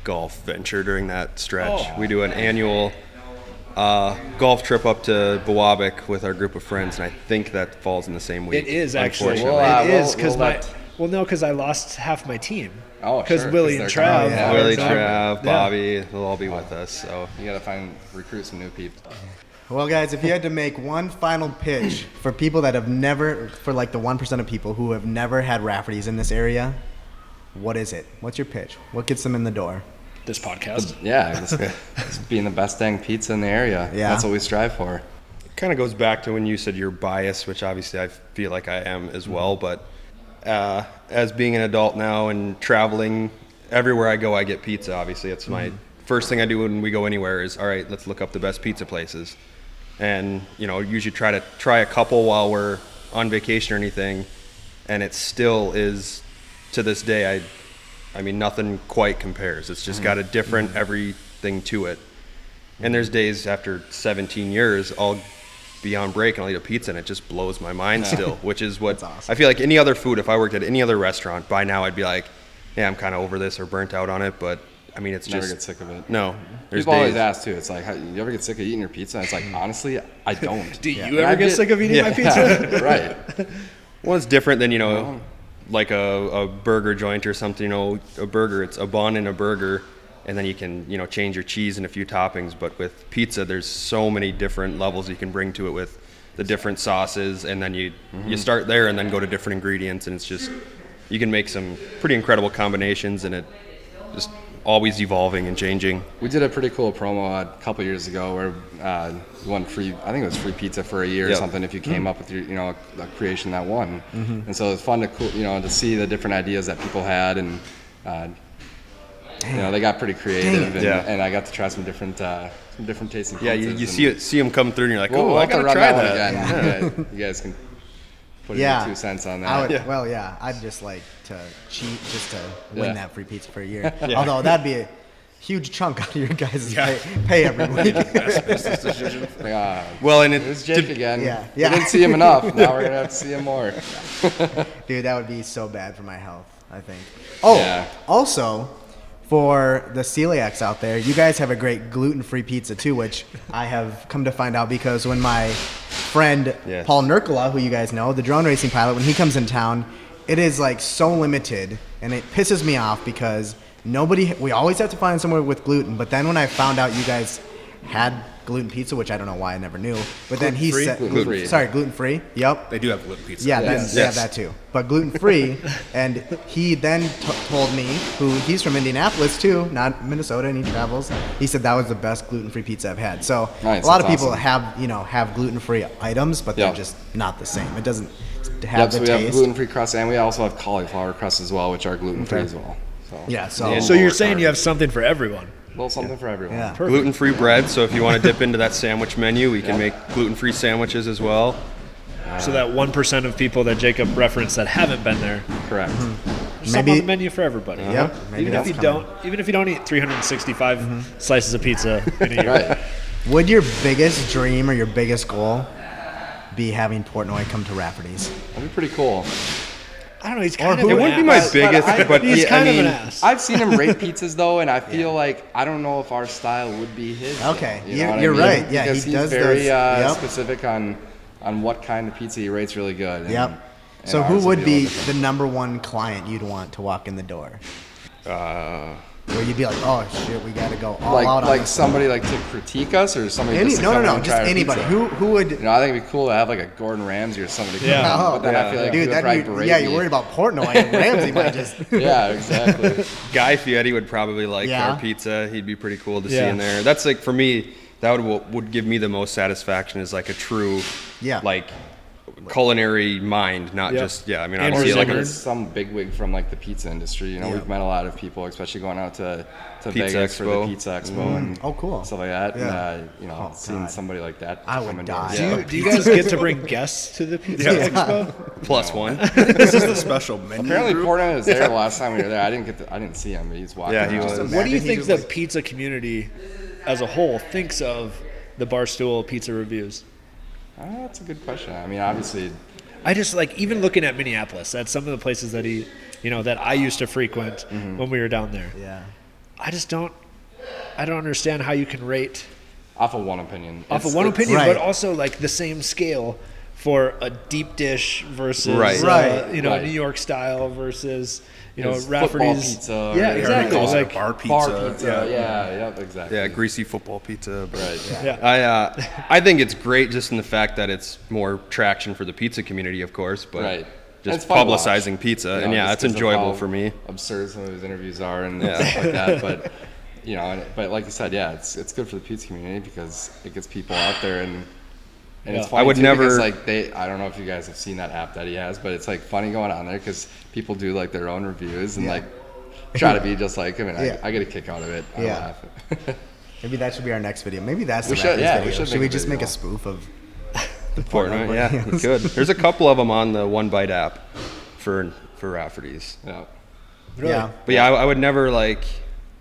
Speaker 6: golf venture during that stretch.
Speaker 3: Oh.
Speaker 6: We do an annual uh, golf trip up to Bowabic with our group of friends, and I think that falls in the same week.
Speaker 3: It is actually. It is
Speaker 6: unfortunately.
Speaker 5: Well, uh, we'll-
Speaker 3: because
Speaker 5: we'll
Speaker 3: my.
Speaker 5: let-
Speaker 3: Well, no, because I lost half my team.
Speaker 5: Oh,
Speaker 3: Because
Speaker 5: sure,
Speaker 3: Willie
Speaker 5: 'cause
Speaker 3: and
Speaker 5: they're
Speaker 3: Trav.
Speaker 5: coming. Yeah.
Speaker 2: Oh,
Speaker 6: Willie,
Speaker 3: are-
Speaker 6: Trav,
Speaker 3: Yeah.
Speaker 6: Bobby, they'll all be with us. So
Speaker 5: You got to find recruit some
Speaker 6: (laughs)
Speaker 5: new people.
Speaker 2: well, guys, if you had to make one final pitch for people that have never, for like the one percent of people who have never had Rafferty's in this area, what is it? What's your pitch? What gets them in the door?
Speaker 3: This podcast.
Speaker 5: Yeah, just, just being the best dang pizza in the area.
Speaker 2: Yeah.
Speaker 5: that's what we strive for.
Speaker 6: kind of goes back to when you said you're biased, which obviously I feel like I am as well. But uh, as being an adult now and traveling everywhere I go, I get pizza. Obviously, it's my first thing I do when we go anywhere is all right, let's look up the best pizza places, and you know usually try to try a couple while we're on vacation or anything, and it still is to this day I. I mean, nothing quite compares. It's just got a different everything to it. And there's days after 17 years, I'll be on break and I'll eat a pizza, and it just blows my mind still. Which is what
Speaker 2: awesome.
Speaker 6: I feel like any other food. If I worked at any other restaurant by now, I'd be like, "Yeah, I'm kind of over this or burnt out on it." But I mean, it's
Speaker 5: Never
Speaker 6: just
Speaker 5: get sick of it.
Speaker 6: No, there's
Speaker 5: People always
Speaker 6: days- Mm.
Speaker 5: ask too. It's like, how, you ever get sick of eating your pizza? And it's like, honestly, I
Speaker 3: (laughs)
Speaker 5: don't.
Speaker 3: Do you
Speaker 5: And
Speaker 3: ever
Speaker 5: I
Speaker 3: get sick of eating my pizza?
Speaker 5: Yeah, (laughs) right.
Speaker 6: Well, it's different than you know, like a, a burger joint or something. You know, a burger it's a bun and a burger, and then you can you know change your cheese and a few toppings. But with pizza, there's so many different levels you can bring to it with the different sauces, and then you you start there and then go to different ingredients, and it's just you can make some pretty incredible combinations, and it just always evolving and changing.
Speaker 5: We did a pretty cool promo a couple years ago where uh, we won free. I think it was free pizza for a year or
Speaker 6: Yep. Mm-hmm.
Speaker 5: something if you came up with your, you know, a, a creation that won. And so it's fun to cool, you know, to see the different ideas that people had and. Uh, you know, they got pretty creative, and,
Speaker 6: Yeah.
Speaker 5: and I got to try some different, uh, some different tasting.
Speaker 6: Yeah, you, you
Speaker 5: pizzas and-
Speaker 6: see it, see them come through, and you're like,
Speaker 5: We'll,
Speaker 6: oh,
Speaker 5: we'll
Speaker 6: I
Speaker 5: have to
Speaker 6: gotta
Speaker 5: run
Speaker 6: try
Speaker 5: that,
Speaker 6: that.
Speaker 5: one again. You, guys, you guys can put in
Speaker 2: Yeah.
Speaker 5: your two cents on that.
Speaker 2: I would,
Speaker 6: Yeah.
Speaker 2: Well, yeah, I'd just like to cheat just to win
Speaker 5: Yeah.
Speaker 2: that free pizza for a
Speaker 5: (laughs)
Speaker 2: year. Although that'd be a huge chunk (laughs) out of your guys' pay, pay every
Speaker 5: (laughs)
Speaker 2: week.
Speaker 6: (laughs)
Speaker 5: Like, ah,
Speaker 6: Well, and it,
Speaker 5: There's Jake
Speaker 6: to-
Speaker 5: again.
Speaker 2: Yeah,
Speaker 5: We
Speaker 2: yeah.
Speaker 5: didn't see
Speaker 6: (laughs)
Speaker 5: him enough. Now we're gonna have to see him more.
Speaker 2: Dude, that would be so bad for my health, I think. Oh,
Speaker 5: Yeah.
Speaker 2: also, for the celiacs out there, you guys have a great gluten free pizza too, which I have come to find out because when my friend
Speaker 6: Yes.
Speaker 2: Paul Nurkula, who you guys know, the drone racing pilot, when he comes in town, it is like so limited and it pisses me off because nobody, we always have to find somewhere with gluten. But then when I found out you guys had gluten pizza, which I don't know why I never knew, but then he
Speaker 3: Gluten-free?
Speaker 2: said,
Speaker 5: Gluten-free.
Speaker 2: sorry, gluten free. Yep.
Speaker 4: They do have gluten pizza.
Speaker 2: Yeah,
Speaker 5: Yes.
Speaker 2: then they have
Speaker 6: Yes.
Speaker 2: that too. But gluten free,
Speaker 5: (laughs)
Speaker 2: and he then t- told me who he's from Indianapolis too, not Minnesota, and he travels. He said that was the best gluten free pizza I've had. So
Speaker 5: Nice,
Speaker 2: a lot of
Speaker 5: that's
Speaker 2: people
Speaker 5: awesome.
Speaker 2: have you know have gluten free items, but
Speaker 5: Yeah.
Speaker 2: they're just not the same. It doesn't
Speaker 5: Yep.
Speaker 2: have
Speaker 5: So
Speaker 2: the
Speaker 5: we have
Speaker 2: taste.
Speaker 5: gluten free crust, and we also have cauliflower crust as well, which are gluten free as well. So
Speaker 2: yeah, so
Speaker 3: So you're saying you have something for everyone.
Speaker 5: a little something for everyone.
Speaker 2: yeah.
Speaker 6: Gluten free bread, so if you want to dip into that sandwich menu, we can make gluten free sandwiches as well.
Speaker 5: Uh,
Speaker 3: So that one percent of people that Jacob referenced that haven't been there,
Speaker 5: Correct.
Speaker 2: Mm-hmm.
Speaker 3: there's
Speaker 2: Maybe-
Speaker 3: something on the menu for everybody.
Speaker 2: Yep, maybe
Speaker 3: even if
Speaker 2: that's
Speaker 3: you
Speaker 2: coming.
Speaker 3: don't, even if you don't eat 365 slices of pizza
Speaker 5: (laughs)
Speaker 3: in a year.
Speaker 5: Right.
Speaker 2: Would your biggest dream or your biggest goal be having Portnoy come to Rafferty's?
Speaker 5: That'd be pretty cool.
Speaker 3: I don't know. He's kind of.
Speaker 6: It
Speaker 3: an
Speaker 6: wouldn't be my
Speaker 3: ass.
Speaker 6: biggest,
Speaker 5: I-
Speaker 6: but
Speaker 3: he's
Speaker 6: yeah, I
Speaker 3: kind of
Speaker 6: mean,
Speaker 3: an ass.
Speaker 5: I've seen him
Speaker 2: (laughs)
Speaker 5: rate pizzas though, and I feel like I don't know if our style would be his. though,
Speaker 2: Okay,
Speaker 5: you know
Speaker 2: you're-
Speaker 5: what
Speaker 2: you're
Speaker 5: I mean?
Speaker 2: right. Yeah, he
Speaker 5: because he's
Speaker 2: does
Speaker 5: very
Speaker 2: those.
Speaker 5: uh,
Speaker 2: Yep.
Speaker 5: specific on on what kind of pizza he rates really good. and-
Speaker 2: Yep.
Speaker 5: and
Speaker 2: So
Speaker 5: ours
Speaker 2: who would
Speaker 5: a little
Speaker 2: be
Speaker 5: different.
Speaker 2: the number one client you'd want to walk in the door?
Speaker 6: Uh,
Speaker 2: where you'd be like, oh shit, we got to go all
Speaker 5: like
Speaker 2: out on
Speaker 5: like
Speaker 2: this?
Speaker 5: somebody like to critique us or
Speaker 2: (laughs)
Speaker 5: somebody
Speaker 2: Any,
Speaker 5: just to
Speaker 2: no, no,
Speaker 5: come in
Speaker 2: no,
Speaker 5: and
Speaker 2: just
Speaker 5: try our
Speaker 2: anybody.
Speaker 5: pizza?
Speaker 2: Who who would? (laughs)
Speaker 5: (laughs) You know, I think it'd be cool to have like a Gordon Ramsay or somebody. come
Speaker 3: Yeah.
Speaker 5: down,
Speaker 2: Oh,
Speaker 5: but then I
Speaker 6: yeah.
Speaker 5: feel like
Speaker 2: dude,
Speaker 5: we would probably
Speaker 2: that would yeah,
Speaker 5: berate
Speaker 2: you're
Speaker 5: you.
Speaker 2: worried about Portnoy
Speaker 5: (laughs)
Speaker 2: and Ramsey might just.
Speaker 6: (laughs)
Speaker 5: Yeah, exactly.
Speaker 6: Guy Fieri would probably like
Speaker 2: Yeah.
Speaker 6: our pizza. He'd be pretty cool to
Speaker 3: Yeah.
Speaker 6: see in there. That's like for me, that would what would give me the most satisfaction is like a true,
Speaker 2: Yeah.
Speaker 6: like culinary mind, not
Speaker 3: Yeah.
Speaker 6: just yeah. I mean,
Speaker 3: And
Speaker 5: Or
Speaker 6: obviously, like
Speaker 5: someone-
Speaker 6: a,
Speaker 3: Zimmern.
Speaker 5: some bigwig from like the pizza industry. You know, we've met a lot of people, especially going out to, to
Speaker 6: Pizza
Speaker 5: Vegas for the
Speaker 6: Expo. Mm.
Speaker 5: pizza expo and
Speaker 2: (laughs) Oh, cool.
Speaker 5: stuff like that.
Speaker 2: Yeah.
Speaker 5: And, uh, you know,
Speaker 2: Oh,
Speaker 5: seeing
Speaker 2: God.
Speaker 5: somebody like that.
Speaker 2: I would
Speaker 5: come and-
Speaker 2: die.
Speaker 5: Yeah.
Speaker 3: Do you, do you guys get to bring guests to the pizza
Speaker 6: (laughs)
Speaker 3: expo?
Speaker 6: plus
Speaker 5: (laughs)
Speaker 6: one.
Speaker 4: This is the special menu.
Speaker 5: Apparently,
Speaker 4: group.
Speaker 5: Portnoy was there the last time we were there. I didn't get, to, I didn't see him. He's walking.
Speaker 6: Yeah, he
Speaker 5: around.
Speaker 6: was.
Speaker 2: Imagine
Speaker 3: What do you
Speaker 2: he
Speaker 3: think
Speaker 2: just,
Speaker 3: the
Speaker 2: like-
Speaker 3: pizza community as a whole thinks of the Barstool pizza reviews?
Speaker 5: Ah, that's a good question. I mean, obviously,
Speaker 3: I just like even looking at Minneapolis, at some of the places that he, you know, that I used to frequent
Speaker 6: Mm-hmm.
Speaker 3: when we were down there.
Speaker 2: Yeah.
Speaker 3: I just don't, I don't understand how you can rate
Speaker 5: off of one opinion.
Speaker 3: off
Speaker 5: It's-
Speaker 3: of one
Speaker 5: it's-
Speaker 3: opinion,
Speaker 2: Right.
Speaker 3: but also like the same scale for a deep dish versus
Speaker 6: Right.
Speaker 3: uh,
Speaker 2: Right.
Speaker 3: you know
Speaker 5: Right.
Speaker 3: New York style versus you know
Speaker 5: It's football
Speaker 3: Rafferty's
Speaker 5: pizza or
Speaker 3: yeah
Speaker 5: whatever
Speaker 3: exactly
Speaker 5: it
Speaker 4: Calls it a
Speaker 3: like
Speaker 4: bar pizza.
Speaker 5: Bar pizza.
Speaker 6: Yeah.
Speaker 5: Yeah, yeah, yep, exactly.
Speaker 6: Yeah, greasy football pizza. But
Speaker 5: Right.
Speaker 3: yeah
Speaker 6: I uh, I think it's great just in the fact that it's more traction for the pizza community, of course, but
Speaker 5: Right. And it's
Speaker 6: just
Speaker 5: fun to watch.
Speaker 6: publicizing pizza,
Speaker 5: You know,
Speaker 6: and yeah,
Speaker 5: just
Speaker 6: it's
Speaker 5: 'cause of
Speaker 6: enjoyable
Speaker 5: how
Speaker 6: for me.
Speaker 5: Absurd some of his interviews are and
Speaker 6: Yeah.
Speaker 5: stuff like
Speaker 6: (laughs)
Speaker 5: that, but you know, and, but like you said, yeah, it's it's good for the pizza community because it gets people out there and. And it's
Speaker 3: Yeah.
Speaker 5: funny
Speaker 6: I would
Speaker 5: too, because,
Speaker 6: never-
Speaker 5: like they. I don't know if you guys have seen that app that he has, but it's like funny going on there because people do like their own reviews and like try
Speaker 2: (laughs)
Speaker 5: to be just like him, and
Speaker 2: Yeah.
Speaker 5: I, I get a kick out of it. I
Speaker 2: Yeah.
Speaker 5: laugh. (laughs)
Speaker 2: Maybe that should be our next video. Maybe that's
Speaker 5: We
Speaker 2: the
Speaker 5: should-
Speaker 2: Raptors
Speaker 5: yeah, we
Speaker 2: video.
Speaker 5: should
Speaker 2: should
Speaker 5: make
Speaker 2: we
Speaker 5: a
Speaker 2: just make
Speaker 5: video.
Speaker 2: a spoof
Speaker 5: (laughs)
Speaker 2: of?
Speaker 6: Portnoy, yeah, (laughs) you could. There's a couple of them on the One Bite app for for Rafferty's.
Speaker 5: yeah.
Speaker 2: Yeah.
Speaker 6: But yeah, I, I would never like,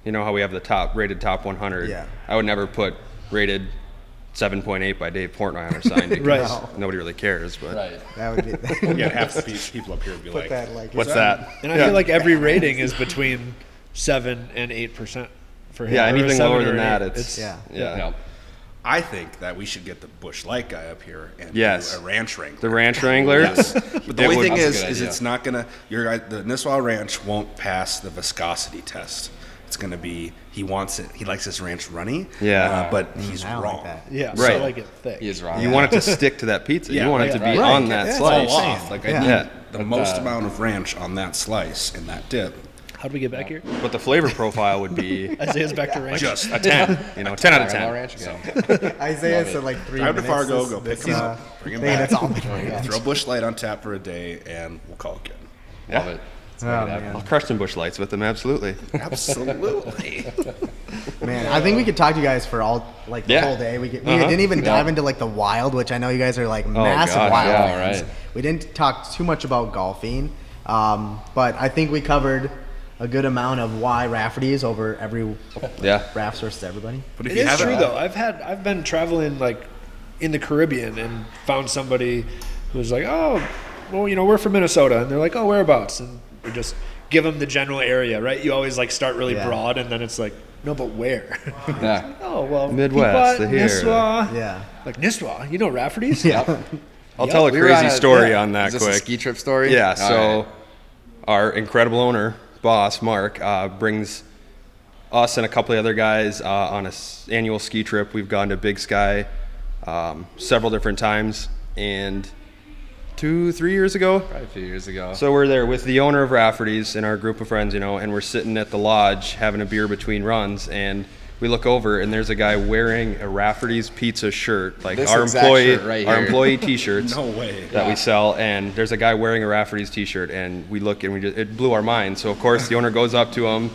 Speaker 6: you know how we have the top rated top 100.
Speaker 2: Yeah.
Speaker 6: I would never put rated 7.8 by Dave Portnoy on our sign because
Speaker 3: Right.
Speaker 6: nobody really cares. But
Speaker 5: Right.
Speaker 2: That would be. (laughs)
Speaker 4: Yeah, half the pe- people up here would be
Speaker 2: put
Speaker 4: like,
Speaker 2: that like.
Speaker 6: what's that?
Speaker 3: and I feel
Speaker 2: (laughs)
Speaker 3: like every rating is between seven and eight percent for him
Speaker 6: Yeah,
Speaker 3: or
Speaker 6: anything
Speaker 3: seven
Speaker 6: lower
Speaker 3: or
Speaker 6: than
Speaker 3: an
Speaker 6: that,
Speaker 3: eight.
Speaker 6: it's
Speaker 2: Yeah.
Speaker 6: yeah.
Speaker 5: Yep.
Speaker 4: I think that we should get the Bush Light guy up here and
Speaker 6: Yes.
Speaker 4: do a ranch wrangler.
Speaker 6: The Ranch Wrangler. (laughs)
Speaker 4: Yes. But the
Speaker 6: It
Speaker 4: only
Speaker 6: would-
Speaker 4: thing
Speaker 5: That's a
Speaker 4: is,
Speaker 5: good
Speaker 4: is
Speaker 5: idea.
Speaker 4: it's not gonna your guy the Nisswa Ranch won't pass the viscosity test. It's gonna be he wants it. He likes his ranch runny.
Speaker 6: Yeah.
Speaker 4: uh, but he's
Speaker 2: Mm-hmm. I don't like
Speaker 4: wrong.
Speaker 2: that.
Speaker 3: yeah so I
Speaker 6: Right.
Speaker 3: like it thick
Speaker 5: He is wrong.
Speaker 6: You want it to stick to that pizza.
Speaker 4: Yeah,
Speaker 6: you want it to
Speaker 4: right,
Speaker 6: be
Speaker 5: right.
Speaker 6: on that
Speaker 2: That's
Speaker 6: slice.
Speaker 4: Fall off. Like
Speaker 2: Yeah.
Speaker 4: I need
Speaker 6: Yeah.
Speaker 4: the most
Speaker 5: uh,
Speaker 4: amount of ranch on that slice and that dip.
Speaker 3: how do we get back here
Speaker 6: But the flavor profile would be
Speaker 3: Isaiah's back
Speaker 6: (laughs)
Speaker 3: to ranch
Speaker 4: Just a ten.
Speaker 6: you know, 10 out of 10.
Speaker 5: Caramel ranch again.
Speaker 2: Isaiah
Speaker 5: Love it.
Speaker 2: said like three
Speaker 4: Drive to
Speaker 2: minutes.
Speaker 4: Fargo,
Speaker 2: This-
Speaker 4: go pick
Speaker 2: this,
Speaker 4: him
Speaker 2: uh,
Speaker 4: up, bring him
Speaker 2: thing,
Speaker 4: back.
Speaker 2: That's
Speaker 5: (laughs)
Speaker 2: all. Yeah.
Speaker 4: Throw Bush Light on tap for a day, and we'll call it good.
Speaker 5: Love it. Let's make
Speaker 2: Oh,
Speaker 5: it happen.
Speaker 2: man.
Speaker 6: I'll crush some bush lights with them, absolutely.
Speaker 4: Absolutely. (laughs)
Speaker 2: Man, I think we could talk to you guys for all like the
Speaker 6: Yeah.
Speaker 2: whole day. We, could, we
Speaker 6: Uh-huh.
Speaker 2: didn't even
Speaker 5: Yeah. Oh,
Speaker 2: dive into like the wild, which I know you guys are like massive
Speaker 6: gosh,
Speaker 2: wild
Speaker 5: yeah,
Speaker 2: fans.
Speaker 5: right.
Speaker 2: We didn't talk too much about golfing, um, but I think we covered a good amount of why Rafferty is over every
Speaker 6: Yeah.
Speaker 2: Raffs versus
Speaker 3: (laughs)
Speaker 2: everybody.
Speaker 4: But
Speaker 3: It is
Speaker 4: haven't-
Speaker 3: true though. I've had I've been traveling like in the Caribbean and found somebody who's like, oh, well, you know, we're from Minnesota, and they're like, oh, whereabouts, and we just give them the general area, right? You always like start really
Speaker 2: Yeah.
Speaker 3: broad, and then it's like, no, but where? (laughs)
Speaker 5: Yeah.
Speaker 3: oh well,
Speaker 6: Midwest,
Speaker 3: Pequot,
Speaker 6: the here.
Speaker 3: Nisswa,
Speaker 2: Yeah.
Speaker 3: like Nisswa. You know Rafferty's?
Speaker 2: Yeah.
Speaker 6: I'll tell a
Speaker 5: We were
Speaker 6: crazy
Speaker 5: on a-
Speaker 6: story
Speaker 5: yeah.
Speaker 6: on that
Speaker 5: Is this a
Speaker 6: quick.
Speaker 5: ski trip story?
Speaker 6: Yeah.
Speaker 5: All
Speaker 6: so
Speaker 5: right.
Speaker 6: our incredible owner, boss Mark, uh, brings us and a couple of other guys uh, on a s- annual ski trip. We've gone to Big Sky um, several different times, and two, three years ago,
Speaker 5: Probably a few years ago.
Speaker 6: So we're there with the owner of Rafferty's and our group of friends, you know, and we're sitting at the lodge having a beer between runs, and we look over and there's a guy wearing a Rafferty's pizza shirt, like
Speaker 5: This
Speaker 6: our
Speaker 5: exact
Speaker 6: employee,
Speaker 5: shirt right
Speaker 6: our
Speaker 5: here.
Speaker 6: employee
Speaker 4: (laughs)
Speaker 6: T-shirts
Speaker 4: No way.
Speaker 6: that we sell, and there's a guy wearing a Rafferty's T-shirt, and we look and we just it blew our mind. So of course the owner goes up to him,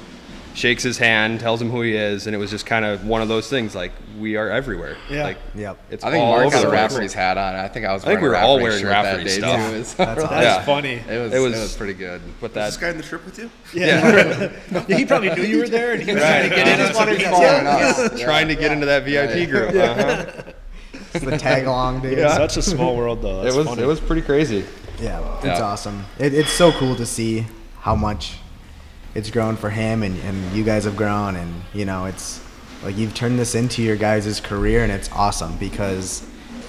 Speaker 6: shakes his hand, tells him who he is, and it was just kind of one of those things like we are everywhere.
Speaker 3: Yeah.
Speaker 6: Like,
Speaker 2: Yep.
Speaker 6: It's
Speaker 5: I think
Speaker 6: all
Speaker 5: Mark
Speaker 6: over
Speaker 5: had a
Speaker 6: the place.
Speaker 5: Rafferty's hat on. I think I was.
Speaker 6: I think we
Speaker 5: wearing a
Speaker 6: were all
Speaker 5: Rafferty
Speaker 6: wearing
Speaker 5: shirt
Speaker 6: Rafferty
Speaker 5: that day,
Speaker 6: stuff.
Speaker 5: too. (laughs)
Speaker 6: Yeah.
Speaker 5: It's-
Speaker 2: That's awesome.
Speaker 3: That's
Speaker 6: Yeah.
Speaker 3: funny.
Speaker 5: It was,
Speaker 6: It
Speaker 5: it
Speaker 6: was-
Speaker 5: was pretty good.
Speaker 6: But
Speaker 4: This
Speaker 6: that
Speaker 4: guy in the trip with you?
Speaker 3: Yeah. yeah, he probably knew you were there, and he was trying to get in.
Speaker 2: just
Speaker 3: on some
Speaker 2: wanted to-
Speaker 3: people.
Speaker 2: (laughs) Yeah.
Speaker 6: (laughs) trying to get into that VIP
Speaker 5: Yeah.
Speaker 6: group. Uh-huh.
Speaker 2: It's the tag along, dude.
Speaker 3: It's Such a small world, though. That's
Speaker 6: It was
Speaker 3: funny.
Speaker 6: it was pretty crazy.
Speaker 2: Yeah, it's
Speaker 5: Yeah.
Speaker 2: awesome. It, it's so cool to see how much it's grown for him, and, and you guys have grown, and you know, it's like you've turned this into your guys' career, and it's awesome because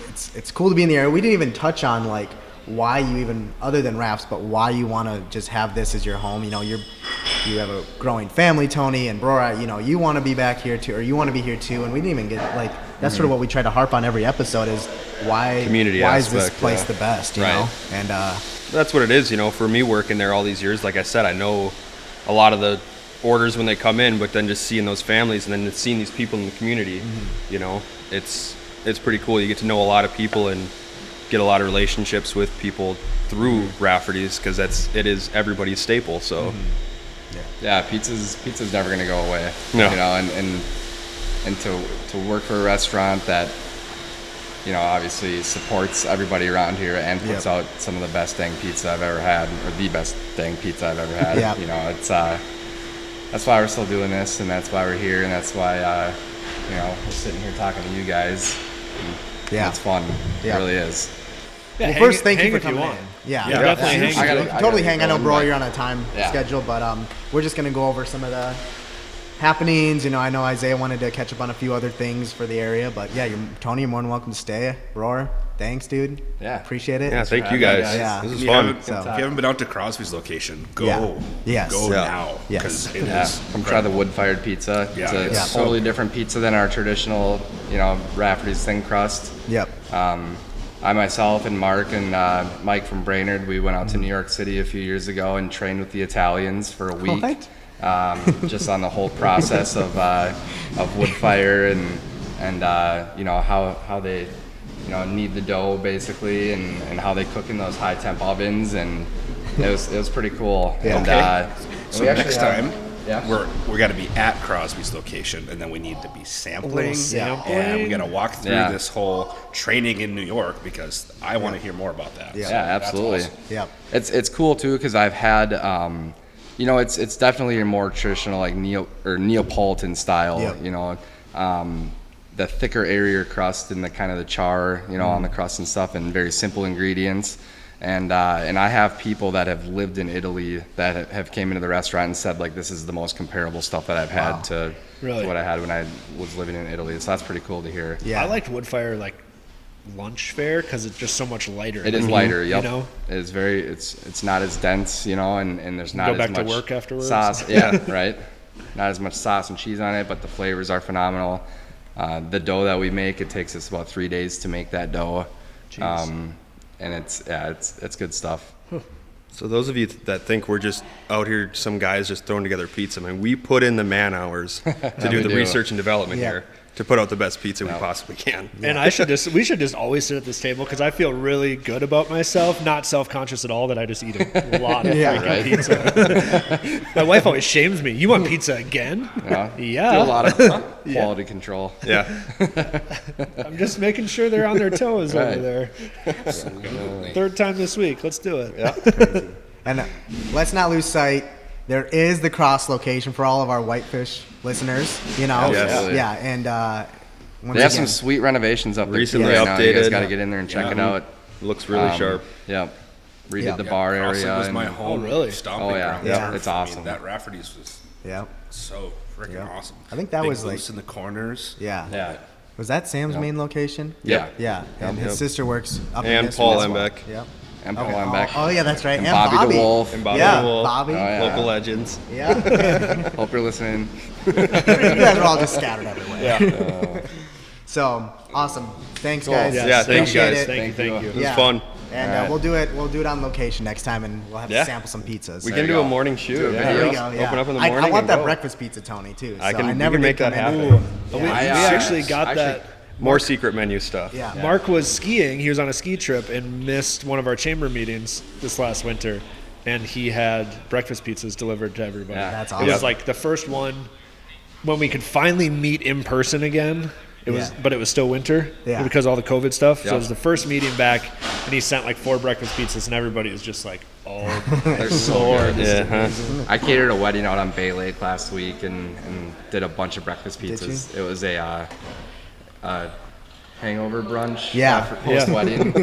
Speaker 2: it's it's cool to be in the area. We didn't even touch on like why you even other than raps, but why you want to just have this as your home. You know, you're you have a growing family, Tony and Brora. You know, you want to be back here too, or you want to be here too. And we didn't even get like that's sort of what we try to harp on every episode is why
Speaker 6: Mm-hmm. Community
Speaker 2: why is this
Speaker 6: aspect,
Speaker 2: place
Speaker 6: yeah.
Speaker 2: the best? You
Speaker 6: Right.
Speaker 2: know, and uh,
Speaker 6: that's what it is, you know. For me working there all these years, like I said, I know a lot of the orders when they come in, but then just seeing those families and then just seeing these people in the community, you know, it's it's pretty cool. You get to know a lot of people and get a lot of relationships with people through Rafferty's because that's it is everybody's staple. So
Speaker 5: yeah, pizza's pizza's never gonna go away.
Speaker 6: No.
Speaker 5: You know, and and and to to work for a restaurant that you know obviously supports everybody around here and puts out some of the best dang pizza I've ever had, or the best dang pizza I've ever had.
Speaker 2: Yep.
Speaker 5: You know, it's uh, that's why we're still doing this, and that's why we're here, and that's why uh, you know we're sitting here talking to you guys.
Speaker 2: yeah.
Speaker 5: It's fun.
Speaker 2: Yeah.
Speaker 5: It really is.
Speaker 3: Yeah,
Speaker 2: Well,
Speaker 3: hang
Speaker 2: first,
Speaker 3: it-
Speaker 2: thank
Speaker 3: hang
Speaker 2: you for
Speaker 3: if
Speaker 2: coming
Speaker 3: want.
Speaker 2: in. Yeah,
Speaker 3: Yeah, definitely hang
Speaker 5: I gotta-
Speaker 2: You
Speaker 5: I
Speaker 2: totally
Speaker 5: gotta
Speaker 2: hang. I
Speaker 5: go
Speaker 2: know,
Speaker 5: in,
Speaker 2: bro,
Speaker 5: but-
Speaker 2: you're on a time
Speaker 5: Yeah.
Speaker 2: schedule, but um, we're just gonna go over some of the happenings. You know, I know Isaiah wanted to catch up on a few other things for the area, but yeah, you're, Tony, you're more than welcome to stay. Roar, thanks, dude.
Speaker 5: Yeah.
Speaker 2: appreciate it.
Speaker 6: yeah, thank you guys.
Speaker 2: Yeah.
Speaker 6: This
Speaker 4: If
Speaker 6: is
Speaker 4: you,
Speaker 6: fun.
Speaker 4: haven't,
Speaker 2: So-
Speaker 4: if you haven't been out to Crosby's location, go.
Speaker 2: Yeah. Yes.
Speaker 4: Go
Speaker 5: Yeah.
Speaker 4: now.
Speaker 2: Yes.
Speaker 4: 'cause it
Speaker 5: Yeah,
Speaker 4: is
Speaker 5: from try the wood-fired pizza.
Speaker 4: Yeah,
Speaker 5: it's a
Speaker 4: it's
Speaker 2: Yeah.
Speaker 5: totally different pizza than our traditional, you know, Rafferty's thin crust.
Speaker 2: Yep.
Speaker 5: Um, I myself and Mark and uh, Mike from Brainerd, we went out to New York City a few years ago and trained with the Italians for a week,
Speaker 2: What?
Speaker 5: um, just on the whole process of uh, of wood fire and and uh, you know how how they you know knead the dough basically and, and how they cook in those high temp ovens and it was it was pretty cool.
Speaker 2: Yeah.
Speaker 5: And,
Speaker 2: Okay.
Speaker 5: uh,
Speaker 4: So
Speaker 5: we actually
Speaker 4: next
Speaker 5: have-
Speaker 4: time,
Speaker 5: yeah.
Speaker 4: we're we're gonna be at Crosby's location, and then we need to be sampling,
Speaker 2: sampling.
Speaker 4: and we gotta walk through
Speaker 5: Yeah.
Speaker 4: this whole training in New York because I want to hear more about that.
Speaker 2: Yeah.
Speaker 4: So
Speaker 5: yeah,
Speaker 4: that's
Speaker 5: absolutely.
Speaker 4: awesome.
Speaker 2: Yep.
Speaker 5: It's it's cool too because I've had, um, you know, it's it's definitely a more traditional like neo or Neapolitan style.
Speaker 2: Yep.
Speaker 5: You know, um, the thicker, airier crust and the kind of the char, you know, on the crust and stuff, and very simple ingredients. And uh, and I have people that have lived in Italy that have came into the restaurant and said like this is the most comparable stuff that I've had to, to
Speaker 3: Really?
Speaker 5: what I had when I was living in Italy. So that's pretty cool to hear.
Speaker 2: Yeah.
Speaker 3: I liked wood fire like lunch fare because it's just so much lighter.
Speaker 5: It is lighter, yep.
Speaker 3: Mm-hmm. You know,
Speaker 5: It's very it's it's not as dense, you know, and, and there's not
Speaker 3: Go
Speaker 5: as
Speaker 3: back to
Speaker 5: much
Speaker 3: work afterwards.
Speaker 5: sauce. Yeah, right. Not as much sauce and cheese on it, but the flavors are phenomenal. Uh, the dough that we make, it takes us about three days to make that dough, um, and it's yeah, it's it's good stuff.
Speaker 6: So those of you th- that think we're just out here, some guys just throwing together pizza, I mean, we put in the
Speaker 2: (laughs)
Speaker 6: man hours to do
Speaker 5: we
Speaker 6: the
Speaker 5: do.
Speaker 6: research and development
Speaker 2: Yeah.
Speaker 6: here to put out the best pizza we possibly can.
Speaker 3: and I should just we should just always sit at this table because I feel really good about myself, not self conscious at all that I just eat a lot of
Speaker 2: Yeah.
Speaker 3: freaking
Speaker 5: Right.
Speaker 3: pizza. My wife always shames me. You want pizza again?
Speaker 5: Yeah,
Speaker 3: Yeah.
Speaker 5: do a lot of quality control.
Speaker 6: (laughs) Yeah,
Speaker 3: I'm just making sure they're on their toes
Speaker 5: Right.
Speaker 3: over there. Third time this week. Let's do it.
Speaker 2: And uh, let's not lose sight. There is the cross location for all of our whitefish listeners. You know.
Speaker 5: Absolutely.
Speaker 2: Yeah, and uh, once
Speaker 5: They have
Speaker 2: again-
Speaker 5: some sweet renovations up there
Speaker 6: Recently
Speaker 5: too right now. You guys
Speaker 6: updated.
Speaker 5: got to get in there and check it out.
Speaker 6: looks really
Speaker 5: Um,
Speaker 6: sharp.
Speaker 5: Yeah, redid
Speaker 2: Yeah.
Speaker 5: the
Speaker 2: Yeah,
Speaker 5: bar
Speaker 4: Crosby
Speaker 5: area.
Speaker 4: was my
Speaker 5: and-
Speaker 4: home.
Speaker 3: Oh, really?
Speaker 4: Stomping
Speaker 5: Oh, yeah.
Speaker 4: ground
Speaker 5: Yeah.
Speaker 4: turf.
Speaker 5: It's
Speaker 4: I mean,
Speaker 5: awesome.
Speaker 4: that Rafferty's was
Speaker 2: Yeah.
Speaker 4: so freaking
Speaker 2: Yeah.
Speaker 4: awesome.
Speaker 2: I think that
Speaker 4: Big
Speaker 2: was, like-
Speaker 4: loose in the corners.
Speaker 2: Yeah.
Speaker 5: yeah,
Speaker 2: Was that Sam's main location?
Speaker 5: yeah.
Speaker 2: Yeah, and his
Speaker 6: Yep.
Speaker 2: sister works up in
Speaker 6: And
Speaker 2: this
Speaker 6: Paul
Speaker 2: one as well.
Speaker 6: Embeck.
Speaker 2: Yep.
Speaker 5: And
Speaker 2: Okay.
Speaker 5: Paul
Speaker 2: Oh,
Speaker 5: Embeck.
Speaker 2: Oh, yeah, that's right.
Speaker 5: And Bobby DeWolf.
Speaker 6: And Bobby
Speaker 2: Yeah,
Speaker 6: DeWolf,
Speaker 2: Bobby. Oh, yeah.
Speaker 6: local legends. (laughs)
Speaker 2: Yeah. (laughs)
Speaker 5: Hope you're listening.
Speaker 2: you guys are all just scattered everywhere. (laughs) so awesome. Thanks, guys.
Speaker 3: Yes,
Speaker 6: Yeah, thank you
Speaker 2: Appreciate
Speaker 6: guys.
Speaker 2: it.
Speaker 3: Thank you, thank you.
Speaker 6: It was fun.
Speaker 2: And uh, we'll do it. We'll do it on location next time, and we'll have to
Speaker 6: Yeah.
Speaker 2: sample some pizzas.
Speaker 6: We
Speaker 2: So-
Speaker 6: can do
Speaker 5: you
Speaker 6: a
Speaker 5: go.
Speaker 6: morning shoot.
Speaker 5: a
Speaker 6: man.
Speaker 2: There
Speaker 5: video.
Speaker 2: we go. Yeah.
Speaker 6: Open up in the
Speaker 2: I-
Speaker 6: morning.
Speaker 2: I, want
Speaker 6: and
Speaker 2: that
Speaker 6: go.
Speaker 2: breakfast pizza, Tony, too.
Speaker 6: I
Speaker 2: so
Speaker 6: can,
Speaker 2: I
Speaker 6: we
Speaker 2: never
Speaker 6: can
Speaker 2: did
Speaker 6: make that
Speaker 2: come in.
Speaker 6: happen.
Speaker 3: We, we
Speaker 5: I, uh,
Speaker 3: actually got
Speaker 5: I
Speaker 3: that.
Speaker 5: should-
Speaker 6: More secret menu stuff.
Speaker 2: Yeah.
Speaker 3: Mark was skiing. He was on a ski trip and missed one of our chamber meetings this last winter, and he had breakfast pizzas delivered to everybody.
Speaker 5: Yeah.
Speaker 2: That's
Speaker 3: It
Speaker 2: awesome.
Speaker 3: was like the first one when we could finally meet in person again. It was,
Speaker 2: Yeah.
Speaker 3: but it was still winter
Speaker 2: Yeah.
Speaker 3: because of all the COVID stuff. So
Speaker 5: Yeah.
Speaker 3: it was the first meeting back, and he sent like four breakfast pizzas, and everybody was just like,
Speaker 2: (laughs)
Speaker 3: "Oh,
Speaker 5: They're so good.
Speaker 6: Yeah, huh?
Speaker 5: I catered a wedding out on Bay Lake last week and, and did a bunch of breakfast pizzas. It was a, uh, uh hangover brunch
Speaker 2: Yeah.
Speaker 5: after post wedding,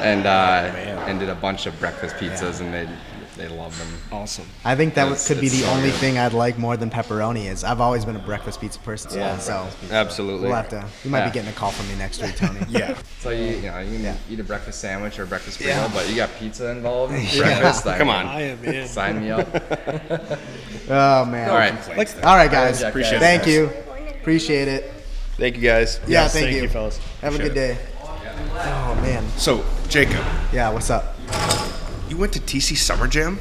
Speaker 5: and uh, and did a bunch of breakfast pizzas and they They love them.
Speaker 3: Awesome.
Speaker 2: I think that
Speaker 5: It's-
Speaker 2: could be
Speaker 5: it's
Speaker 2: the
Speaker 5: so
Speaker 2: only
Speaker 5: good.
Speaker 2: thing I'd like more than pepperoni is. I've always been a breakfast pizza person,
Speaker 5: Yeah,
Speaker 2: so
Speaker 6: Absolutely.
Speaker 2: we'll have to. You might
Speaker 5: Yeah.
Speaker 2: be getting a call from me next week, Tony.
Speaker 4: (laughs) Yeah.
Speaker 5: So you, you know, you can
Speaker 2: Yeah.
Speaker 5: eat a breakfast sandwich or breakfast burrito, but you got pizza involved. Breakfast. I
Speaker 6: Come
Speaker 5: mean,
Speaker 6: on.
Speaker 3: I am in.
Speaker 5: (laughs) Sign me up.
Speaker 2: Oh man.
Speaker 5: All right.
Speaker 4: Complaints there.
Speaker 2: All right, guys.
Speaker 5: Appreciate it,
Speaker 2: Thank
Speaker 4: guys.
Speaker 2: you. Appreciate it.
Speaker 6: Thank you guys.
Speaker 2: Yeah,
Speaker 3: Yes,
Speaker 2: thank,
Speaker 3: thank
Speaker 2: you.
Speaker 3: you, fellas.
Speaker 2: Have a good
Speaker 4: Appreciate
Speaker 2: day. Oh man.
Speaker 4: So, Jacob,
Speaker 2: Yeah. What's up?
Speaker 4: you went to TC Summer Jam?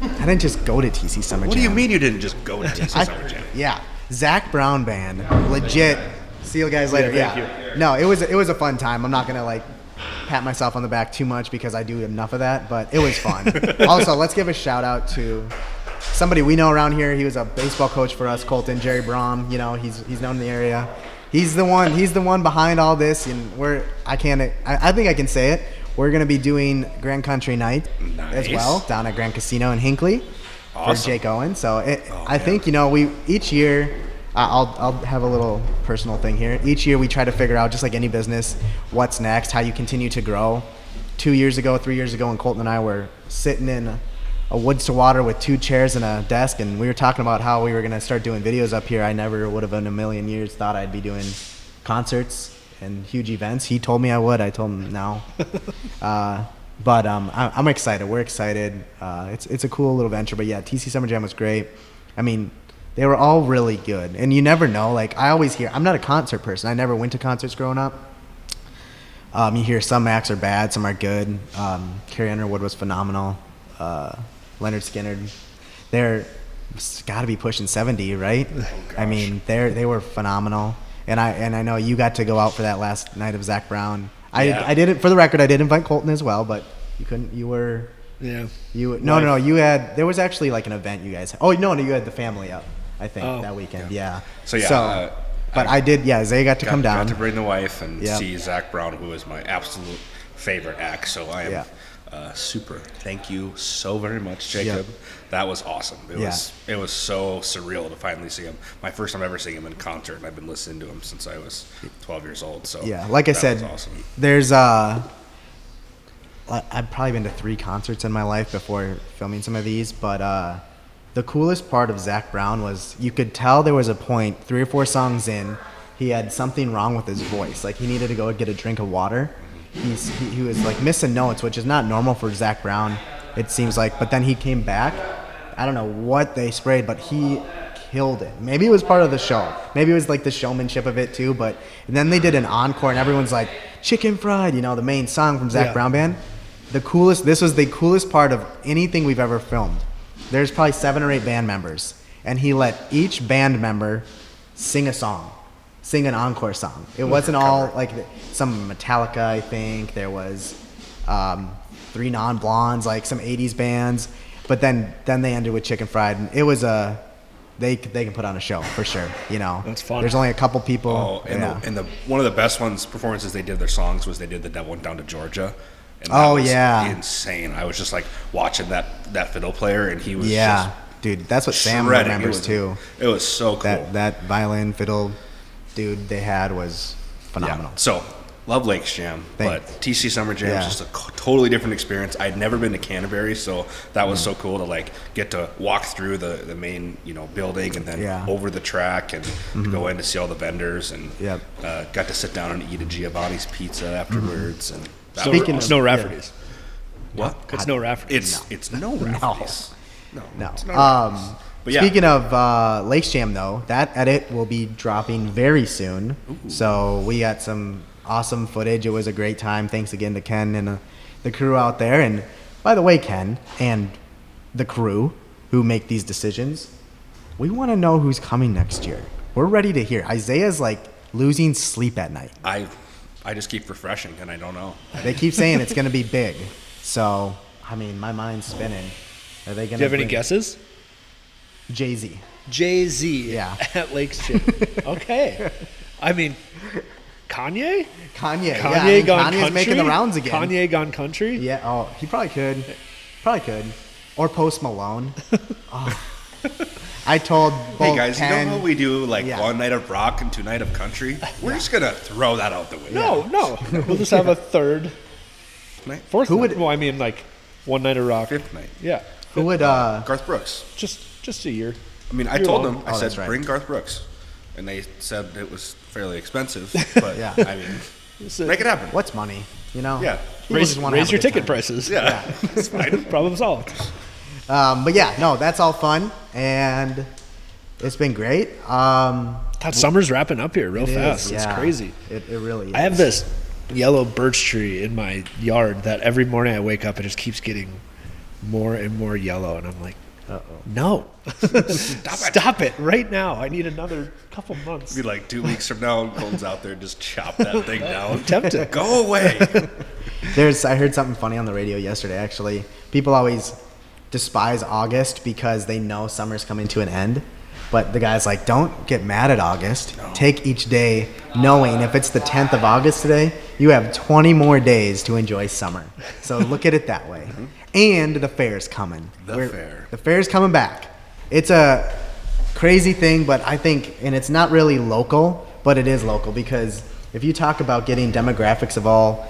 Speaker 2: I didn't just go to TC Summer
Speaker 4: What do
Speaker 2: Jam.
Speaker 4: you mean you didn't just go to
Speaker 5: (laughs)
Speaker 4: TC
Speaker 2: I-
Speaker 4: Summer Jam?
Speaker 2: yeah, Zach Brown band, legit. See you guys later. Yeah,
Speaker 3: Yeah, thank
Speaker 2: no, it was it was a fun time. I'm not gonna like pat myself on the back too much because I do enough of that, but it was fun. also, let's give a shout out to somebody we know around here. He was a baseball coach for us, Colton Jerry Brom. You know, he's he's known in the area. He's the one. He's the one behind all this, and we're I can't. I, I think I can say it. We're gonna be doing Grand Country Night as
Speaker 4: Nice.
Speaker 2: well down at Grand Casino in Hinkley for
Speaker 4: Awesome.
Speaker 2: Jake Owen. So it,
Speaker 4: Oh,
Speaker 2: I
Speaker 4: man.
Speaker 2: think you know we each year. I- I'll I'll have a little personal thing here. Each year we try to figure out, just like any business, what's next, how you continue to grow. Two years ago, three years ago, when Colton and I were sitting in a woods to water with two chairs and a desk, and we were talking about how we were gonna start doing videos up here. I never would have in a million years thought I'd be doing concerts and huge events. He told me I would. I told him no. Uh, but um, I, I'm excited. We're excited. Uh, it's it's a cool little venture. But yeah, TC Summer Jam was great. I mean, they were all really good. And you never know. Like I always hear, I'm not a concert person. I never went to concerts growing up. Um, you hear some acts are bad, some are good. Um, Carrie Underwood was phenomenal. Uh, Leonard Skinner, they're got to be pushing 70, right?
Speaker 4: Oh,
Speaker 2: I mean, they they were phenomenal. And I and I know you got to go out for that last night of Zach Brown. I
Speaker 4: Yeah.
Speaker 2: I did it for the record. I did invite Colton as well, but you couldn't. You were
Speaker 3: Yeah.
Speaker 2: you no no no. You had there was actually like an event you guys. Oh no no, you had the family up. I think
Speaker 3: Oh.
Speaker 2: that weekend. Yeah.
Speaker 4: So, yeah, uh,
Speaker 2: but I, did. Yeah, Zay got to
Speaker 4: Got-
Speaker 2: come down.
Speaker 4: Got to bring the wife and
Speaker 2: Yeah.
Speaker 4: see Zach Brown, who is my absolute favorite act. So I am
Speaker 2: Yeah.
Speaker 4: uh, super. Thank you so very much, Jacob. That was awesome. It
Speaker 2: Yeah.
Speaker 4: was it was so surreal to finally see him. My first time ever seeing him in concert, and I've been listening to him since I was 12 years old. So
Speaker 2: Yeah, like I
Speaker 4: that
Speaker 2: said,
Speaker 4: was awesome.
Speaker 2: there's uh, I- I've probably been to three concerts in my life before filming some of these, but uh, the coolest part of Zach Brown was you could tell there was a point three or four songs in, he had something wrong with his voice, like he needed to go get a drink of water. He's, he, he was like missing notes, which is not normal for Zach Brown, it seems like. But then he came back. I don't know what they sprayed, but he killed it. Maybe it was part of the show. Maybe it was like the showmanship of it too. But and then they did an encore, and everyone's like, "Chicken fried," you know, the main song from Zach
Speaker 3: Yeah.
Speaker 2: Brown Band. The coolest. This was the coolest part of anything we've ever filmed. There's probably seven or eight band members, and he let each band member sing a song, sing an encore song. It wasn't all like th- some Metallica, I think. There was um, three non blondes, like some '80s bands. But then then they ended with Chicken Fried, and it was a they c- they can put on a show for sure. You know,
Speaker 3: That's fun.
Speaker 2: There's only a couple people.
Speaker 4: Oh, and,
Speaker 2: yeah.
Speaker 4: the, and the one of the best ones performances they did their songs was they did the "That One Down to Georgia." And
Speaker 2: Oh, yeah.
Speaker 4: insane! I was just like watching that that fiddle player, and he was
Speaker 2: yeah,
Speaker 4: just
Speaker 2: dude, that's what Sam
Speaker 4: shredding. It
Speaker 2: remembers
Speaker 4: was-
Speaker 2: too.
Speaker 4: It was so cool.
Speaker 2: That that violin fiddle dude they had was phenomenal.
Speaker 4: Yeah. So, love Lakes Jam,
Speaker 2: Thanks.
Speaker 4: but TC Summer Jam
Speaker 2: Yeah.
Speaker 4: is just a co- totally different experience. I'd never been to Canterbury, so that
Speaker 2: Mm.
Speaker 4: was so cool to like get to walk through the, the main you know building and then
Speaker 2: Yeah. Mm-hmm.
Speaker 4: over the track and go in to see all the vendors and
Speaker 2: Yep. Mm-hmm.
Speaker 4: uh, got to sit down and eat a Giovanni's pizza afterwards and. that was
Speaker 2: Speaking
Speaker 3: Speaking
Speaker 2: of-
Speaker 3: it's no
Speaker 2: yeah.
Speaker 3: Rafferty's.
Speaker 4: what?
Speaker 3: It's no Rafferty's.
Speaker 4: It's it's no
Speaker 2: (laughs)
Speaker 4: Rafferty's. No,
Speaker 2: No.
Speaker 4: it's no
Speaker 2: Um,
Speaker 4: Rafferty's. But yeah.
Speaker 2: Speaking of uh, Lakes Jam, though, that edit will be dropping very soon. So we got some awesome footage. It was a great time. Thanks again to Ken and uh, the crew out there. And by the way, Ken and the crew who make these decisions, we want to know who's coming next year. We're ready to hear. Isaiah's like losing sleep at night.
Speaker 4: I I just keep refreshing and I don't know.
Speaker 2: They
Speaker 3: (laughs)
Speaker 2: keep saying it's going to be big. So I mean, my mind's spinning. Are they going to?
Speaker 3: Do you have any guesses?
Speaker 2: Jay Z.
Speaker 3: Jay Z.
Speaker 2: Yeah.
Speaker 3: (laughs) At Lakes Gym.
Speaker 2: (laughs)
Speaker 3: okay. I mean, Kanye.
Speaker 2: Kanye.
Speaker 3: Kanye
Speaker 2: yeah, I mean,
Speaker 3: gone
Speaker 2: Kanye's
Speaker 3: country.
Speaker 2: making the rounds again.
Speaker 3: Kanye gone country.
Speaker 2: Yeah. Oh, he probably could. Probably could. Or Post
Speaker 3: (laughs)
Speaker 2: Malone. Oh. I told both
Speaker 4: Hey guys, you
Speaker 2: Ken-
Speaker 4: know how we do like
Speaker 2: Yeah.
Speaker 4: one night of rock and two night of country? We're just gonna throw that out the window.
Speaker 3: No,
Speaker 2: (laughs)
Speaker 3: no. We'll just have a third,
Speaker 4: Night?
Speaker 3: fourth.
Speaker 2: Who
Speaker 3: night.
Speaker 2: would-
Speaker 3: Well, I mean, like one night of rock.
Speaker 4: Fifth night.
Speaker 3: Yeah.
Speaker 2: Who would? Uh,
Speaker 4: Garth Brooks.
Speaker 3: Just just a year.
Speaker 4: I mean, I
Speaker 3: You're
Speaker 4: told
Speaker 3: wrong.
Speaker 4: them, I
Speaker 2: Oh,
Speaker 4: said,
Speaker 2: that's right.
Speaker 4: bring Garth Brooks. And they said it was
Speaker 2: (laughs)
Speaker 4: fairly expensive, but
Speaker 2: Yeah.
Speaker 4: I mean,
Speaker 3: a-
Speaker 4: make it happen.
Speaker 2: what's money? You know.
Speaker 4: Yeah.
Speaker 2: People
Speaker 3: Raise,
Speaker 2: just wanna have
Speaker 3: raise
Speaker 2: a
Speaker 3: your
Speaker 2: good
Speaker 3: ticket
Speaker 2: time.
Speaker 3: prices.
Speaker 4: Yeah, (laughs) it's fine.
Speaker 3: (laughs) Problem solved.
Speaker 2: Um, but yeah, no, that's all fun, and it's been great. Um,
Speaker 3: God, summer's wrapping up here real
Speaker 2: it is,
Speaker 3: fast. It's
Speaker 2: yeah.
Speaker 3: crazy.
Speaker 2: It, it really is.
Speaker 3: I have this yellow birch tree in my yard that every morning I wake up, it just keeps getting more and more yellow, and I'm like, no, stop, it. right now. I need another couple months. (laughs)
Speaker 4: Be like two weeks from now, Colton's out there just chop
Speaker 2: (laughs)
Speaker 4: that thing down. (laughs)
Speaker 3: Tempted.
Speaker 4: Go away.
Speaker 2: There's I heard something funny on the radio yesterday actually. People always despise August because they know summer's coming to an end. But the guy's like, don't get mad at August. Take each day knowing if it's the 10th of August today, you have 20 more days to enjoy summer.
Speaker 4: (laughs)
Speaker 2: So look at it that way. And the fair's coming.
Speaker 4: Mm-hmm. The fair.
Speaker 2: The fair's coming back. It's a crazy thing, but I think, and it's not really local, but it is local because if you talk about getting demographics of all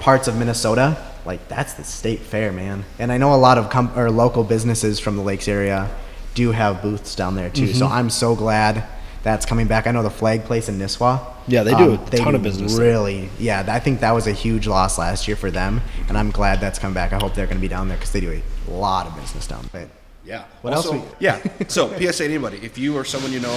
Speaker 2: parts of Minnesota, like that's the state fair, man. And I know a lot of com- or local businesses from the Lakes area do have booths down there too.
Speaker 3: Mm-hmm.
Speaker 2: So I'm so glad that's coming back. I know the Flag Place in Nisswa. Um,
Speaker 3: Yeah, they do a ton of business there.
Speaker 2: Really, yeah. th- I think that was a huge loss last year for them, and I'm glad that's come back. I hope they're going to be down there because they do a lot of business down there.
Speaker 4: Yeah.
Speaker 2: What else
Speaker 4: also,
Speaker 2: we- (laughs)
Speaker 4: Yeah. So, PSA to anybody, if you or someone you know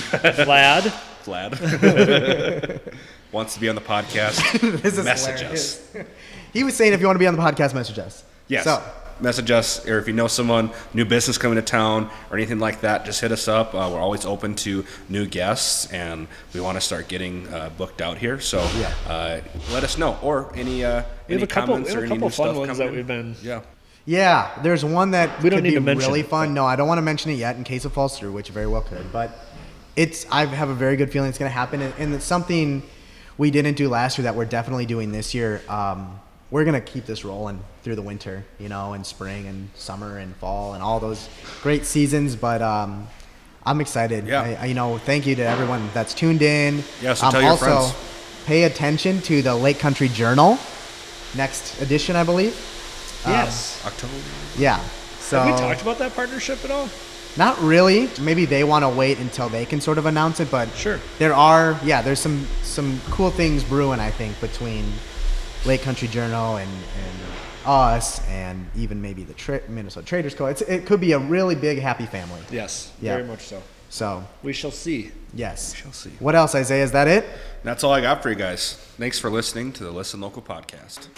Speaker 3: Vlad,
Speaker 2: (laughs)
Speaker 4: Vlad (laughs) wants to be on the podcast,
Speaker 2: This is
Speaker 4: message
Speaker 2: hilarious.
Speaker 4: us.
Speaker 2: (laughs) He was saying if you want to be on the podcast, message us.
Speaker 4: Yes.
Speaker 2: So
Speaker 4: Message us, or if you know someone, new business coming to town, or anything like that, just hit us up. Uh, we're always open to new guests, and we want to start getting uh, booked out here. So uh, let us know, or any uh,
Speaker 3: we have
Speaker 4: any
Speaker 3: a couple. We
Speaker 4: comments
Speaker 3: have
Speaker 4: or
Speaker 3: a
Speaker 4: any
Speaker 3: couple
Speaker 4: new
Speaker 3: fun
Speaker 4: stuff
Speaker 3: ones
Speaker 4: coming
Speaker 3: that
Speaker 4: in.
Speaker 3: we've been.
Speaker 4: Yeah.
Speaker 2: Yeah, there's one that
Speaker 3: We don't
Speaker 2: could
Speaker 3: need
Speaker 2: be
Speaker 3: to mention
Speaker 2: really
Speaker 3: it,
Speaker 2: fun. No, I don't want to mention it yet in case it falls through, which it very well could. But it's I have a very good feeling it's going to happen, and, and it's something we didn't do last year that we're definitely doing this year. Um, we're going to keep this rolling through the winter, you know, and spring and summer and fall and all those great seasons. But um, I'm excited.
Speaker 4: Yeah.
Speaker 2: I, I, you know, thank you to everyone that's tuned in. Um,
Speaker 4: Yeah, so tell your friends.
Speaker 2: Pay attention to the Lake Country Journal, next edition, I believe.
Speaker 3: Yes.
Speaker 4: October.
Speaker 2: Yeah. So
Speaker 3: Have we talked about that partnership at all?
Speaker 2: not really. Maybe they want to wait until they can sort of announce it, but
Speaker 3: Sure.
Speaker 2: There are yeah, there's some some cool things brewing I think between Lake Country Journal and, and us and even maybe the tra- Minnesota Traders Co. It's, it could be a really big happy family.
Speaker 3: Yes.
Speaker 2: Yeah.
Speaker 3: Very much so.
Speaker 2: So
Speaker 3: We shall see.
Speaker 2: yes.
Speaker 4: shall see.
Speaker 2: What else, Isaiah? Is that it?
Speaker 4: That's all I got for you guys. Thanks for listening to the Listen Local podcast.